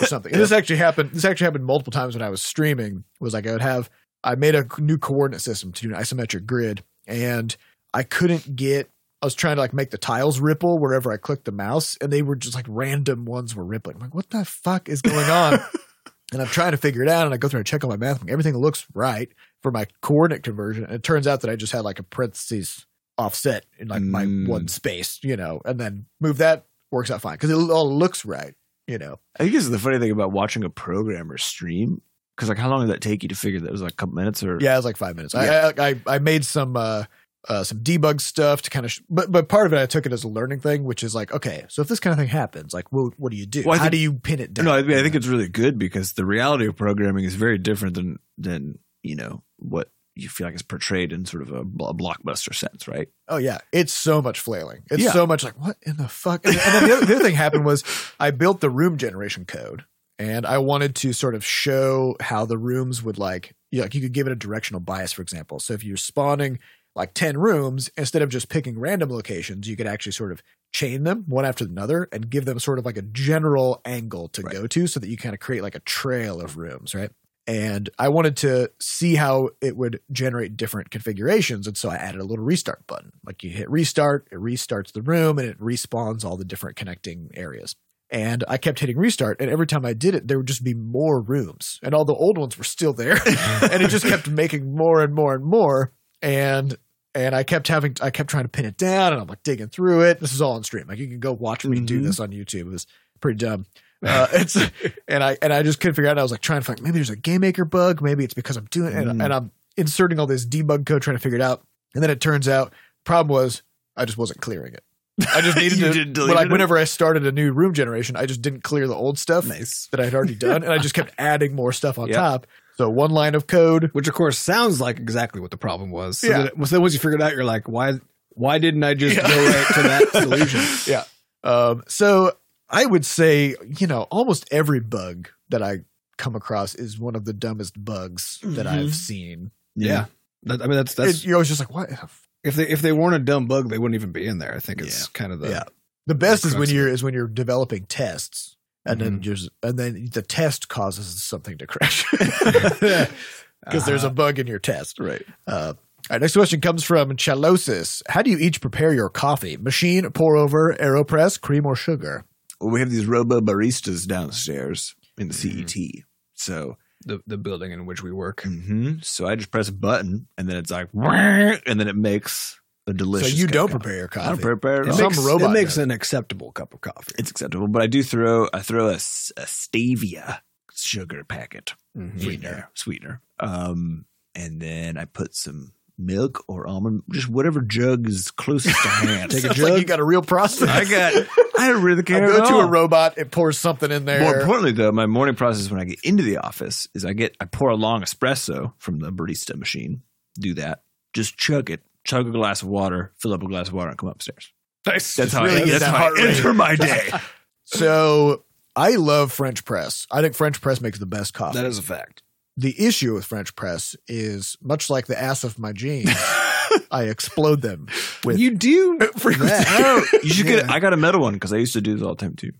S2: or something. And this actually happened. This actually happened multiple times when I was streaming. Was like I would have I made a new coordinate system to do an isometric grid, and I couldn't get. I was trying to like make the tiles ripple wherever I clicked the mouse, and they were just like random ones were rippling. I'm like, what the fuck is going on? and I'm trying to figure it out, and I go through and check on my math. and Everything looks right for my coordinate conversion, and it turns out that I just had like a parentheses offset in like my
S1: Mm.
S2: one space, you know, and then move that works out fine because it all looks right, you know.
S1: I think this is the funny thing about watching a programmer stream because like how long did that take you to figure that it was like a couple minutes or
S2: Yeah, it was like five minutes. I, I I I made some uh, uh some debug stuff to kind of, sh- but but part of it I took it as a learning thing, which is like, okay, so if this kind of thing happens, like, well, what do you do?
S1: Well, I
S2: How
S1: think-
S2: do you pin it down?
S1: No, I, mean, I think it's really good because the reality of programming is very different than than you know what you feel like is portrayed in sort of a, bl- blockbuster sense, right?
S2: oh yeah, it's so much flailing. It's
S1: Yeah.
S2: so much like what in the fuck. And, and then the other, the other thing happened was I built the room generation code, and I wanted to sort of show how the rooms would like, you know, like you could give it a directional bias, for example. So if you're spawning like 10 rooms instead of just picking random locations you could actually sort of chain them one after another and give them sort of like a general angle to
S1: Right.
S2: go to so that you kind of create like a trail of rooms right and i wanted to see how it would generate different configurations and so i added a little restart button like you hit restart it restarts the room and it respawns all the different connecting areas and i kept hitting restart and every time i did it there would just be more rooms and all the old ones were still there [LAUGHS] and it just kept making more and more and more and and I kept having I kept trying to pin it down and I'm like digging through it. This is all on stream. Like you can go watch me do
S1: Mhm.
S2: this on YouTube. It was pretty dumb. Uh, [LAUGHS] it's and I and I just couldn't figure out. I was like trying to find maybe there's a game maker bug. Maybe it's because I'm doing and,
S1: Mm.
S2: and I'm inserting all this debug code trying to figure it out. And then it turns out problem was I just wasn't clearing it.
S1: [LAUGHS]
S2: I just needed
S1: You
S2: to
S1: didn't
S2: well,
S1: delete
S2: like
S1: it? [LAUGHS]
S2: whenever I started a new room generation, I just didn't clear the old stuff
S3: nice.
S2: that I had already done, and I just kept adding more stuff on
S1: Yep.
S2: top. So one line of code
S3: Which of course sounds like exactly what the problem was. So
S2: Yeah.
S3: that- well, so once you figure it out, you're like, why why didn't I just
S2: Yeah.
S3: go right to
S1: [LAUGHS]
S2: [LAUGHS]
S3: that solution?
S2: Um, so I would say, you know, almost every bug that I come across is one of the dumbest bugs that
S1: Mhm.
S2: I've seen.
S3: Yeah. That, I mean that's that's
S2: It- you're always just like, what? the f-
S3: if they if they weren't a dumb bug, they wouldn't even be in there. I think it's kind of the
S2: Yeah. The best is when
S3: crux of
S2: you're is when you're developing tests, and
S1: Mm-hmm.
S2: then you're, and then the test causes something
S1: [LAUGHS]
S2: to crash [LAUGHS] because
S3: ah,
S2: there's a
S1: Uh-huh.
S2: bug in your test.
S1: Right.
S2: Uh, all right, next question comes from Chalosis. How do you each prepare your coffee? Machine, pour over, AeroPress, cream, or sugar?
S1: Well, we have these robo baristas downstairs in
S2: Mm-hmm.
S1: the CET, so
S3: the, the building in which we work.
S2: Mm-hmm.
S1: mhm. so I just press a button and then it's like, and then it makes a delicious.
S2: so you
S1: cup
S2: don't
S1: of coffee.
S2: prepare your
S1: I don't
S2: coffee.
S1: prepare. It
S2: It's
S1: all.
S2: Some robot
S3: it makes
S2: does.
S3: an acceptable cup of coffee.
S2: [LAUGHS]
S1: it's acceptable, but I do throw I throw a, s- a stevia sugar packet
S3: Mhm.
S2: Mm-hmm.
S1: sweetener, sweetener. Um, and then I put some milk or almond, just whatever jug is closest to hand. [LAUGHS]
S3: Take a
S2: Sounds
S3: jug?
S2: Like you got a real process.
S1: I got. I don't really
S2: [LAUGHS] I
S1: care.
S2: go
S1: at
S2: to
S1: all.
S2: a robot, it pours something in there.
S1: More importantly, though, my morning process when I get into the office is I get I pour a long espresso from the barista machine. Do that. Just chug it. Chug a glass of water. Fill up a glass of water and come upstairs.
S3: Nice.
S1: That's how
S2: Really
S1: I,
S2: get
S1: that's
S2: that
S1: how
S2: heart
S1: I
S2: rate.
S1: enter my day.
S2: So I love French press. I think French press makes the best coffee.
S3: That is a fact.
S2: the issue with French press is much like the ass of my jeans, I explode them with
S3: You
S2: [LAUGHS]
S1: [LAUGHS]
S3: do.
S2: that.
S1: you should get.
S3: Yeah.
S1: I got a metal one because I used to do this all the time too.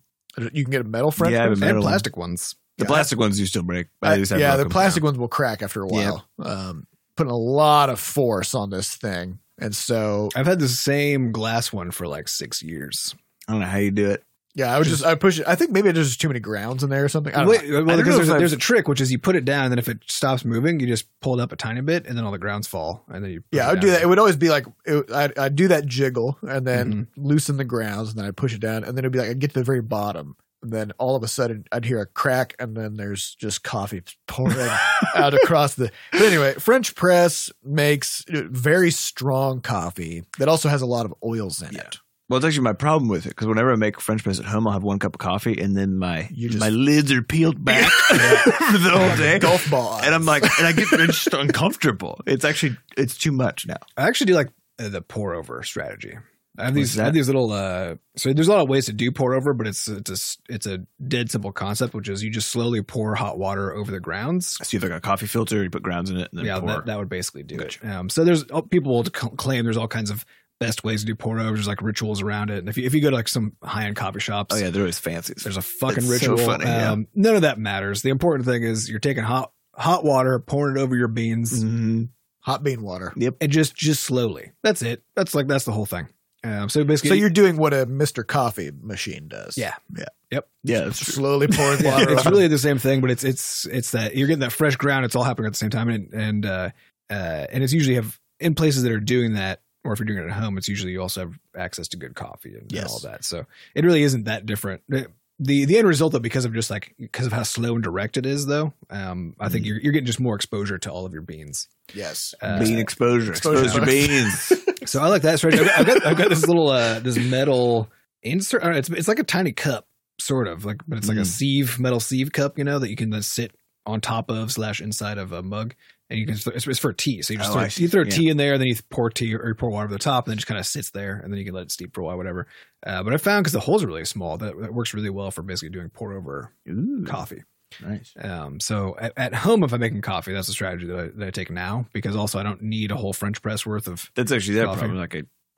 S2: you can get a metal French
S1: Yeah, I have
S2: press.
S1: a
S3: They have
S1: metal one.
S3: plastic ones.
S1: The
S2: Yeah.
S1: plastic ones you still break. but I
S2: I-
S1: just have
S2: yeah,
S1: to
S2: the
S1: look 'em
S2: plastic
S1: down.
S2: ones will crack after a while. Um, putting a lot of force on this thing, and so
S3: I've had the same glass one for like six years.
S1: I don't know how you do it.
S2: yeah, I would just I push it. I think maybe there's just too many grounds in there or something. I don't know.
S3: Wait,
S1: I
S3: well,
S1: don't know
S3: because
S1: if
S3: there's a,
S1: I've-
S3: there's a trick, which is you put it down, and then if it stops moving, you just pull it up a tiny bit, and then all the grounds fall, and then you. put
S2: Yeah,
S3: it
S2: I would
S3: down
S2: do that. It
S3: again.
S2: would always be like it, I'd, I'd do that jiggle and then
S3: Mm-hmm.
S2: loosen the grounds, and then I'd push it down, and then it'd be like I'd get to the very bottom, and then all of a sudden I'd hear a crack, and then there's just coffee pouring
S3: [LAUGHS]
S2: out across the. But anyway, French press makes very strong coffee that also has a lot of oils in
S1: Yeah.
S2: it.
S1: Well, it's actually my problem with it because whenever I make French press at home, I'll have one cup of coffee and then my
S2: You just-
S1: my lids are peeled
S3: [LAUGHS]
S1: back [LAUGHS] for the
S3: Oh,
S1: whole day.
S2: Golf ball,
S1: and I'm
S2: eyes.
S1: like, and I get it's just uncomfortable. It's actually it's too much now.
S3: I actually do like uh, the pour over strategy. I
S1: What's
S3: have these, I have
S1: that?
S3: these little. Uh, so there's a lot of ways to do pour over, but it's it's a s- it's a dead simple concept, which is you just slowly pour hot water over the grounds.
S1: So you have like a coffee filter, you put grounds in it, and then
S3: Yeah,
S1: pour.
S3: that, that would basically do it. Um, so there's oh, people will c- claim there's all kinds of best ways to do pour overs, like rituals around it. And if you if you go to like some high end coffee shops,
S1: oh yeah, they're always fancy.
S3: There's a fucking
S1: It's so
S3: ritual.
S1: funny, yeah.
S3: um, None of that matters. The important thing is you're taking hot hot water, pouring it over your beans,
S1: Mhm.
S2: hot bean water.
S3: and just just slowly. That's it. That's like that's the whole thing. Um, so basically,
S2: So you're doing what a Mr. Coffee machine does.
S3: Yeah.
S1: yeah, that's true.
S2: slowly pouring
S3: [LAUGHS] Yeah,
S2: water.
S3: it's
S2: over-
S3: really the same thing, but it's it's it's that you're getting that fresh ground. It's all happening at the same time, and and uh, uh, and it's usually have in places that are doing that, or if you're doing it at home, it's usually you also have access to good coffee and, and
S2: Yes.
S3: all that. So it really isn't that different. The the end result though, because of just like because of how slow and direct it is, though, um, I think you're you're getting just more exposure to all of your beans.
S2: yes.
S3: Uh,
S1: Bean exposure,
S2: Exposure.
S1: expose your
S3: [LAUGHS]
S1: beans.
S3: so I like that strategy. I've got, I've got, I've got this little uh, this metal insert. I don't know, it's it's like a tiny cup, sort of like, but it's like a
S1: Mm.
S3: sieve, metal sieve cup, you know, that you can then sit on top of slash inside of a mug, and you can th- it's, it's for tea. So you just
S1: Oh,
S3: throw,
S1: I see.
S3: you throw
S1: Yeah.
S3: tea in there, and then you pour tea or you pour water over the top, and then it just kind of sits there, and then you can let it steep for a while, whatever. Uh, but I found because the holes are really small, that, that works really well for basically doing pour over
S1: Ooh,
S3: coffee.
S1: nice.
S3: Um, so at, at home, if I'm making coffee, that's a strategy that I, that I take now because also I don't need a whole French press worth of
S1: That's actually that
S3: Coffee.
S1: problem. Like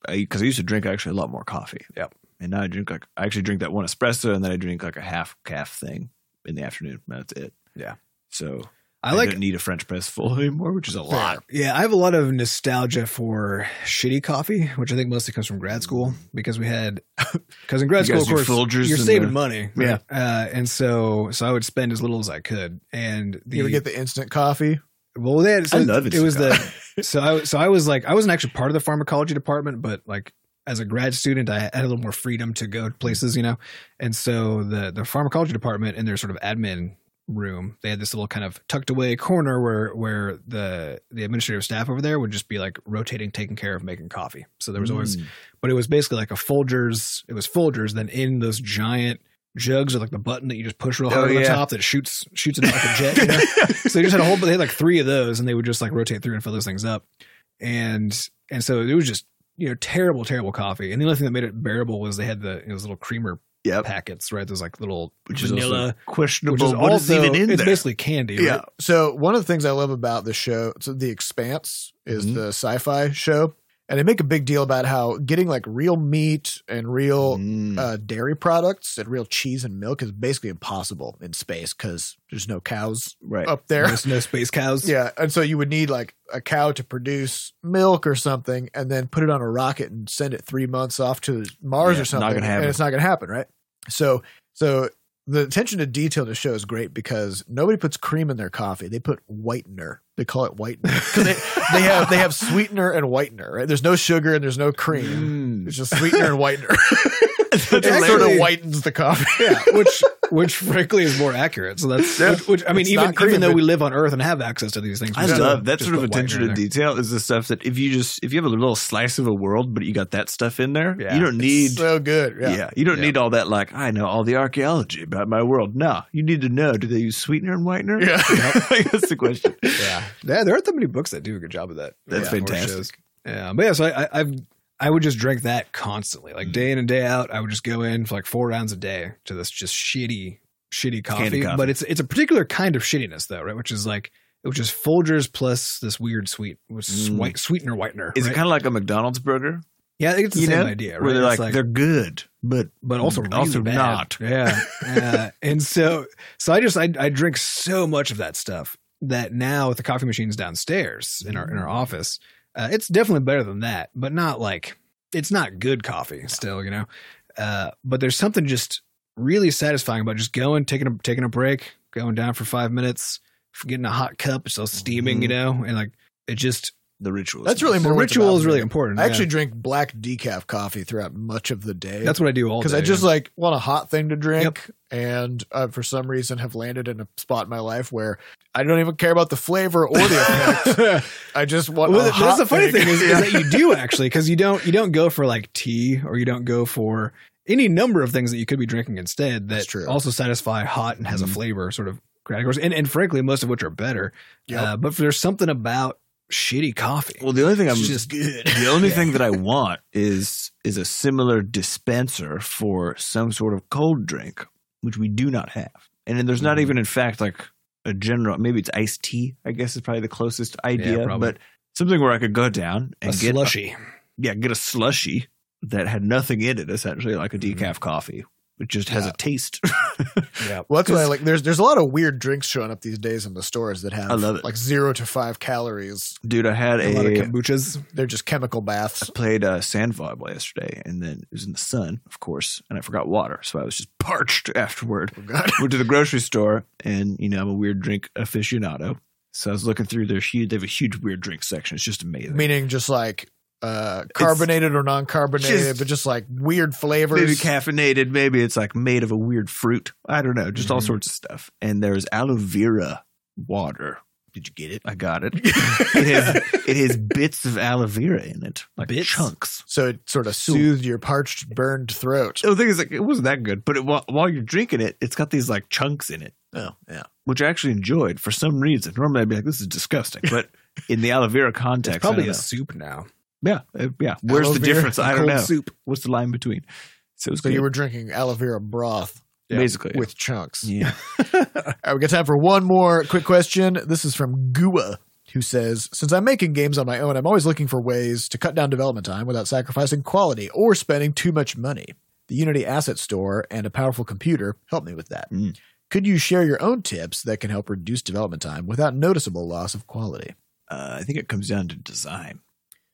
S1: I, because I, used to drink actually a lot more coffee.
S3: Yep.
S1: And now I drink like I actually drink that one espresso, and then I drink like a half calf thing in the afternoon. and That's it.
S3: Yeah.
S1: So
S3: I like
S1: don't need a French press full [LAUGHS] anymore, which is a
S3: [LAUGHS]
S1: lot.
S3: Yeah, I have a lot of nostalgia for shitty coffee, which I think mostly comes from grad school because we had [LAUGHS] because in grad
S1: You
S3: school,
S1: guys
S3: of course,
S1: do Folgers
S3: you're
S1: and
S3: saving
S1: the-
S3: money.
S1: Yeah.
S3: uh, and so so I would spend as little as I could, and the,
S2: You ever get the instant coffee?
S3: well, they had, so
S1: I love it.
S3: It was the so I so I was like I wasn't actually part of the pharmacology department, but like as a grad student, I had a little more freedom to go places, you know. And so the the pharmacology department in their sort of admin room, they had this little kind of tucked away corner where where the the administrative staff over there would just be like rotating, taking care of making coffee. So there was always,
S1: Mm.
S3: but it was basically like a Folgers. It was Folgers. Then in those giant jugs with like the button that you just push real hard
S1: Oh,
S3: on the
S1: yeah.
S3: top that shoots shoots it out like a
S1: [LAUGHS]
S3: jet. You know? so they just had a whole but they had like three of those and they would just like rotate through and fill those things up and and so it was just you know terrible terrible coffee and the only thing that made it bearable was they had the those little creamer
S1: Yep.
S3: packets right those like little
S1: Which is
S3: vanilla
S1: also questionable.
S3: which is
S1: what is
S3: also
S1: even in
S3: it's
S1: there?
S3: basically candy
S1: Yeah.
S3: right?
S2: So one of the things I love about the show, so The Expanse is
S1: Mhm.
S2: the sci-fi show, and they make a big deal about how getting like real meat and real
S1: Mm.
S2: uh, dairy products and real cheese and milk is basically impossible in space because there's no cows
S1: right.
S2: up there.
S3: There's no space cows
S2: Yeah, and so you would need like a cow to produce milk or something, and then put it on a rocket and send it three months off to Mars
S1: Yeah,
S2: or
S1: it's not
S2: something,
S1: gonna
S2: and
S1: happen.
S2: it's not going to happen, right? So, so the attention to detail to show is great because nobody puts cream in their coffee; they put whitener. They call it whitener because they, they have they have sweetener and whitener. Right? There's no sugar and there's no cream.
S1: Mm. [LAUGHS]
S2: It's just sweetener and whitener. it
S1: That's
S2: sort of
S3: actually-
S2: whitens the coffee.
S3: yeah [LAUGHS] which which frankly is more accurate. So that's
S1: Yeah.
S3: which, which I mean,
S2: It's
S3: even
S2: not creative.
S3: even though we live on Earth and have access to these things, we
S1: I
S3: still
S1: love that
S3: just
S1: sort of
S3: put white
S1: attention
S3: in
S1: to
S3: there.
S1: detail is the stuff that if you just if you have a little slice of a world but you got that stuff in there,
S3: Yeah.
S1: you don't need
S2: so good.
S1: yeah.
S2: Yeah.
S1: you don't
S3: Yeah.
S1: need all that like I know all the archaeology about my world. No, you need to know do they use sweetener and whitener? [LAUGHS]
S2: Yeah. [LAUGHS]
S1: that's the question.
S3: Yeah, yeah. There aren't that many books that do a good job of that.
S1: That's
S3: Yeah. Or
S1: fantastic.
S3: shows. Yeah, but yeah, so I, I, I've I would just drink that constantly,
S1: Mm.
S3: like day in and day out. I would just go in for like four rounds a day to this just shitty, shitty coffee.
S1: coffee.
S3: But it's it's a particular kind of shittiness though, right? Which is like which is Folgers plus this weird sweet, which is
S1: Mm.
S3: white sweetener whitener.
S1: [LAUGHS] Is it
S3: right?
S1: kind of like a McDonald's burger?
S3: yeah, I think it's the
S1: you
S3: same
S1: know,
S3: idea. Right?
S1: Where they're
S3: It's
S1: like, they're good, but
S3: but also really
S1: Also
S3: bad.
S1: not.
S3: Yeah.
S2: [LAUGHS]
S3: Yeah. and so so I just I, I drink so much of that stuff that now with the coffee machines downstairs in our in
S2: Mm.
S3: our office, uh, it's definitely better than that, but not like it's not good coffee still, you know. Uh, but there's something just really satisfying about just going, taking a taking a break, going down for five minutes, getting a hot cup, it's still steaming, you know, and like it just
S1: the rituals.
S2: That's really
S3: the
S2: more what Mm-hmm. it's
S3: ritual
S2: about
S3: is
S2: for
S3: really
S2: me.
S3: important.
S2: I
S3: yeah.
S2: actually drink black decaf coffee throughout much of the day.
S3: that's what I do all
S2: because
S3: day,
S2: I just
S3: yeah.
S2: like want a hot thing to drink, and uh, for some reason have landed in a spot in my life where I don't even care about the flavor or the effect.
S3: [LAUGHS]
S2: I just want.
S3: well,
S2: a
S3: th- that's
S2: hot
S3: the funny thing, is, is
S2: Yeah.
S3: that you do actually because you don't you don't go for like tea or you don't go for any number of things that you could be drinking instead that
S2: That's true.
S3: also satisfy hot and has a
S1: Mhm.
S3: flavor sort of categories and, and frankly most of which are better
S2: Yep.
S3: uh, but there's something about shitty coffee
S1: Well, um, the only thing I'm
S3: it's just good
S1: the only
S3: Yeah.
S1: thing
S3: [LAUGHS]
S1: that I want is is a similar dispenser for some sort of cold drink, which we do not have. And then there's not
S3: Mhm.
S1: even, in fact, like a general. Maybe it's iced tea. I guess is probably the closest idea,
S3: probably.
S1: but something where I could go down
S3: a
S1: and get
S3: slushy
S1: yeah, get a slushy that had nothing in it, essentially like a
S3: Mhm.
S1: decaf coffee. It just has
S2: Yeah.
S1: a taste. [LAUGHS]
S3: yeah
S2: Well, that's what I like. There's there's a lot of weird drinks showing up these days in the stores that have
S1: I love it.
S2: like zero to five calories.
S1: Dude, I had
S3: a
S1: a,
S3: lot of kombuchas
S2: They're just chemical
S1: I [LAUGHS]
S2: baths.
S1: played uh, sand volleyball yesterday, and then it was in the sun, of course, and I forgot water, so I was just parched [LAUGHS] afterward.
S2: Oh, God.
S1: Went to the grocery store, and you know I'm a weird drink aficionado, so I was looking through their huge. They have a huge weird drink section. It's just amazing.
S2: Meaning just like uh, carbonated or non-carbonated,
S1: Just-
S2: but just like weird
S1: Maybe
S2: flavors.
S1: caffeinated, maybe it's like made of a weird fruit. I don't know, just all
S3: Mhm.
S1: sorts of stuff. And there's aloe vera water. Did you get it? I got it. it has it has bits of aloe vera in it, like
S3: Bits?
S1: chunks.
S2: so it sort of soothed your parched, burned throat.
S1: So the thing is, like, it wasn't that good, but it, while, while you're drinking it, it's got these like chunks in it. Oh, yeah. Which I actually enjoyed for some reason. Normally I'd be like, this is disgusting. But in the aloe vera context,
S3: it's probably a soup now
S1: yeah, uh, yeah. Where's
S2: Aloe
S1: the
S2: vera
S1: difference? I don't
S3: Cold
S1: know.
S3: soup
S1: What's the line between? So it was
S2: So
S1: good.
S2: you were drinking aloe vera broth
S3: Yeah.
S1: basically
S2: with chunks.
S1: yeah.
S2: All right, we got time for one more quick question. This is from Gua, who says, "Since I'm making games on my own, I'm always looking for ways to cut down development time without sacrificing quality or spending too much money. The Unity Asset Store and a powerful computer help me with that.
S1: Mm.
S2: Could you share your own tips that can help reduce development time without noticeable loss of quality?
S1: Uh, I think it comes down to design,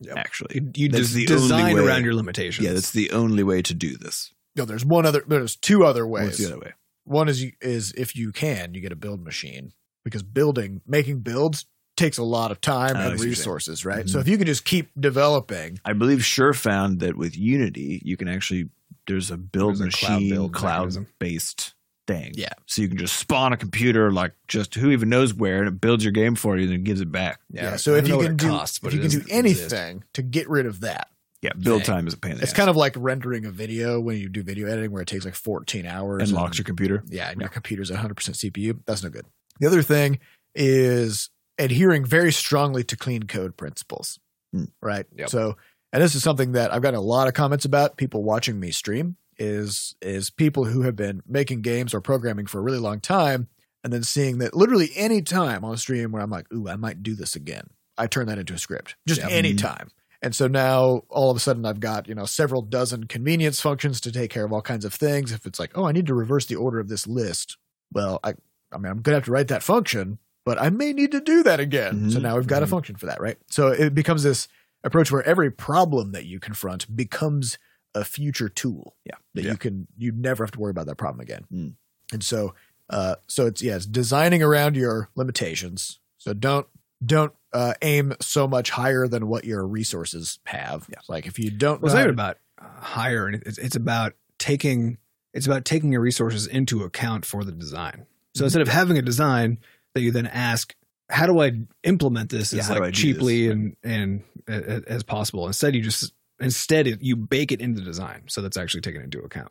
S3: Yep.
S1: actually.
S3: you, you
S1: That's
S3: des-
S1: the only
S3: design
S1: way.
S3: around your limitations
S1: Yeah, that's the only way to do this.
S2: No, there's one other. There's two other
S1: What's
S2: ways.
S1: the other way?
S2: One is you, is if you can, you get a build machine because building, making builds takes a lot of time
S3: Oh,
S1: I see what you're
S2: and
S1: saying.
S2: resources, right?
S1: Mhm.
S3: Mm-hmm.
S2: So if you can just keep developing,
S1: I believe Sure found that with Unity, you can actually there's a build
S3: There's a cloud
S1: machine
S3: build
S1: cloud
S3: mechanism.
S1: based thing.
S2: Yeah.
S1: So you can just spawn a computer like just who even knows where and it builds your game for you and it gives it back.
S2: yeah. so
S3: I
S2: if
S3: don't know
S2: you
S3: what
S2: can
S3: it
S2: do,
S3: costs, but
S2: if you
S3: it
S2: can do
S3: doesn't exist.
S2: anything to get rid of that,
S1: Yeah. Build
S2: Dang.
S1: time is a pain in the
S2: it's
S1: ass.
S2: kind of like rendering a video when you do video editing, where it takes like 14 hours
S1: and locks your computer.
S2: Yeah, and
S1: Yeah.
S2: your computer's at 100% CPU. That's no good. The other thing is adhering very strongly to clean code principles,
S1: Mm.
S2: right?
S3: Yep.
S2: So, and this is something that I've gotten a lot of comments about. People watching me stream is is people who have been making games or programming for a really long time, and then seeing that literally any time on a stream where I'm like, "Ooh, I might do this again," I turn that into a script. Just
S3: Yeah.
S2: any time. And so now all of a sudden I've got, you know, several dozen convenience functions to take care of all kinds of things. If it's like, oh, I need to reverse the order of this list, well, I I mean, I'm gonna have to write that function, but I may need to do that again. So
S1: Mhm.
S2: now we've got a
S3: Mhm.
S2: function for that, right? So it becomes this approach where every problem that you confront becomes a future tool
S1: Yeah.
S2: that
S1: Yeah.
S2: you can you never have to worry about that problem again.
S1: Mm.
S2: And so uh so it's yeah, it's designing around your limitations. So don't don't uh, aim so much higher than what your resources have.
S1: Yeah.
S2: Like if you don't
S3: Well, it's
S2: know how
S3: not even
S2: to-
S3: about uh, hiring. It's, it's about taking It's about taking your resources into account for the design.
S1: Mm-hmm.
S3: So instead of having a design that you then ask, how do I implement this
S1: Yeah,
S3: as
S1: how do I
S3: like
S1: do this?
S3: cheaply and and uh, as possible? Instead, you just instead it, you bake it into the design, so that's actually taken into account.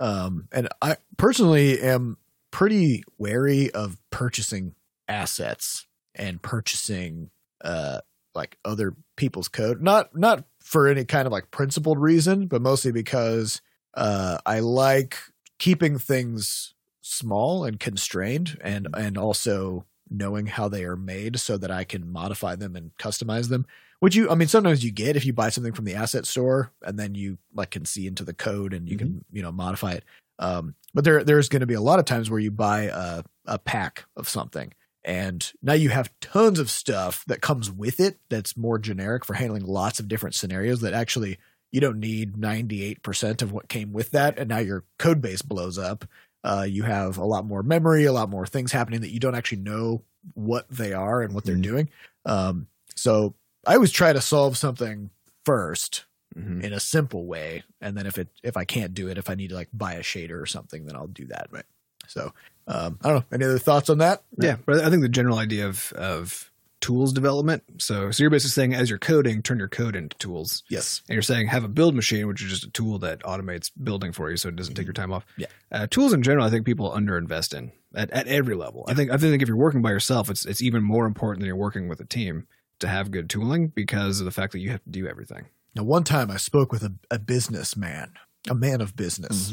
S2: Um, and I personally am pretty wary of purchasing assets and purchasing uh like other people's code. Not not for any kind of like principled reason, but mostly because uh I like keeping things small and constrained and and also knowing how they are made so that I can modify them and customize them. Which you I mean sometimes you get if you buy something from the asset store and then you like can see into the code and you can, you know, modify it. Um but there there's going to be a lot of times where you buy a a pack of something and now you have tons of stuff that comes with it that's more generic for handling lots of different scenarios that actually you don't need 98% of what came with that and now your code base blows up uh, you have a lot more memory a lot more things happening that you don't actually know what they are and what they're
S1: Mhm.
S2: doing um, so i always try to solve something first
S1: Mm-hmm.
S2: in a simple way and then if it if i can't do it if i need to like buy a shader or something then i'll do that
S1: Right.
S2: so um, i don't know any other thoughts on that
S3: Yeah, but I think the general idea of of tools development. So so you're basically saying as you're coding, turn your code into tools.
S2: yes
S3: and you're saying have a build machine, which is just a tool that automates building for you, so it doesn't take your time off.
S2: Mm-hmm. Yeah.
S3: uh, tools in general, I think people underinvest in at, at every level. I think I think if you're working by yourself, it's it's even more important than you're working with a team to have good tooling because of the fact that you have to do everything.
S2: Now, one time I spoke with a, a businessman, a man of business,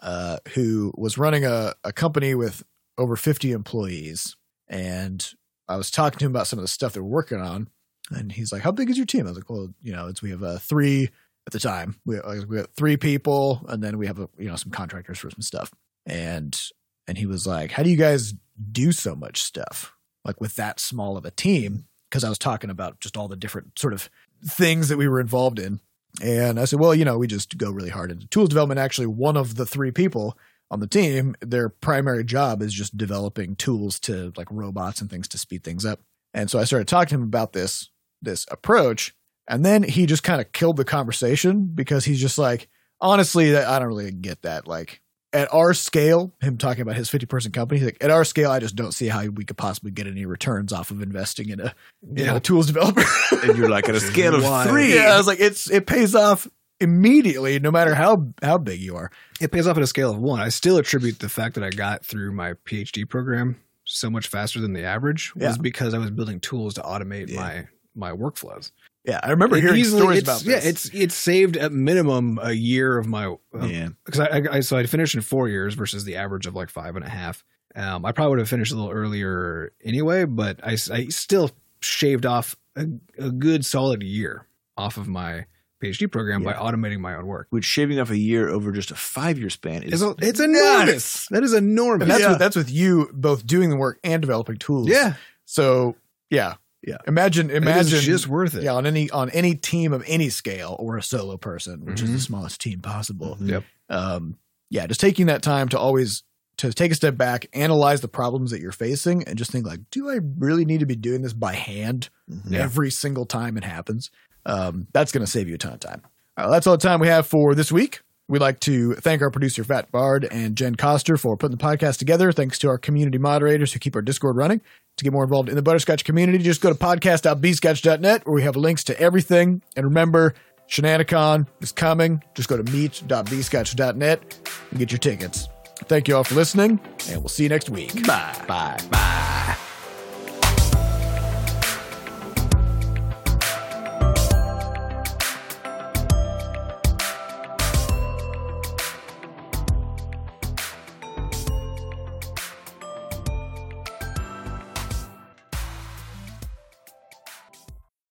S2: uh, who was running a, a company with over 50 employees. And I was talking to him about some of the stuff they're working on. And he's like, How big is your team? I was like, Well, you know, it's we have uh, three at the time. We, uh, we have three people, and then we have, uh, you know, some contractors for some stuff. And and he was like, How do you guys do so much stuff? Like with that small of a team? Because I was talking about just all the different sort of things that we were involved in. And I said, well, you know, we just go really hard into tools development. Actually, one of the three people on the team, their primary job is just developing tools to like robots and things to speed things up. And so I started talking to him about this this approach, and then he just kind of killed the conversation because he's just like, honestly, that- I don't really get that. Like at our scale, him talking about his 50 person company, he's like, at our scale, I just don't see how we could possibly get any returns off of investing in a, you know,
S3: Yeah.
S2: tools developer. [LAUGHS]
S1: and you're
S3: [LAUGHS]
S1: like at a scale of
S3: Wild.
S1: three.
S2: Yeah, I was like, it's it pays off immediately, no matter how how big you are.
S3: it pays off at a scale of one. I still attribute the fact that I got through my PhD program so much faster than the average
S2: Yeah.
S3: was because I was building tools to automate
S1: Yeah.
S3: my my workflows.
S2: Yeah, I remember
S3: It
S2: hearing
S3: easily-
S2: stories
S3: it's-
S2: about
S3: yeah,
S2: this.
S3: it's it's saved at minimum a year of my of
S1: Yeah.
S3: because I, I, I so I'd finished in four years versus the average of like five and a half. Um, I probably would have finished a little earlier anyway, but I, s- I still shaved off a, a good solid year off of my PhD program by
S1: Yeah.
S3: automating my own work.
S1: Which shaving off a year over just a five year span is
S3: It's, a- it's enormous.
S1: Nuts.
S3: That is enormous.
S2: and that's
S1: yeah.
S2: with, that's with you both doing the work and developing tools.
S3: yeah,
S2: So yeah,
S1: Yeah.
S2: Imagine imagine
S3: it's just worth it.
S2: yeah on any on any team of any scale or a solo person, which is the
S3: Mhm.
S2: smallest team possible.
S1: Mhm.
S3: Yep.
S2: Um, yeah, just taking that time to always to take a step back, analyze the problems that you're facing, and just think like, do I really need to be doing this by hand?
S1: Mhm.
S3: Yeah.
S2: every single time it happens. Um, that's going to save you a ton of time. Uh, that's all the time we have for this week. We'd like to thank our producer, Fat Bard, and Jen Coster for putting the podcast together. Thanks to our community moderators who keep our Discord running. To get more involved in the Butterscotch community, just go to podcast.bscotch.net where we have links to everything. And remember, Shenanicon is coming. Just go to meet.bscotch.net and get your tickets. Thank you all for listening, and we'll see you next week. Bye. Bye. Bye.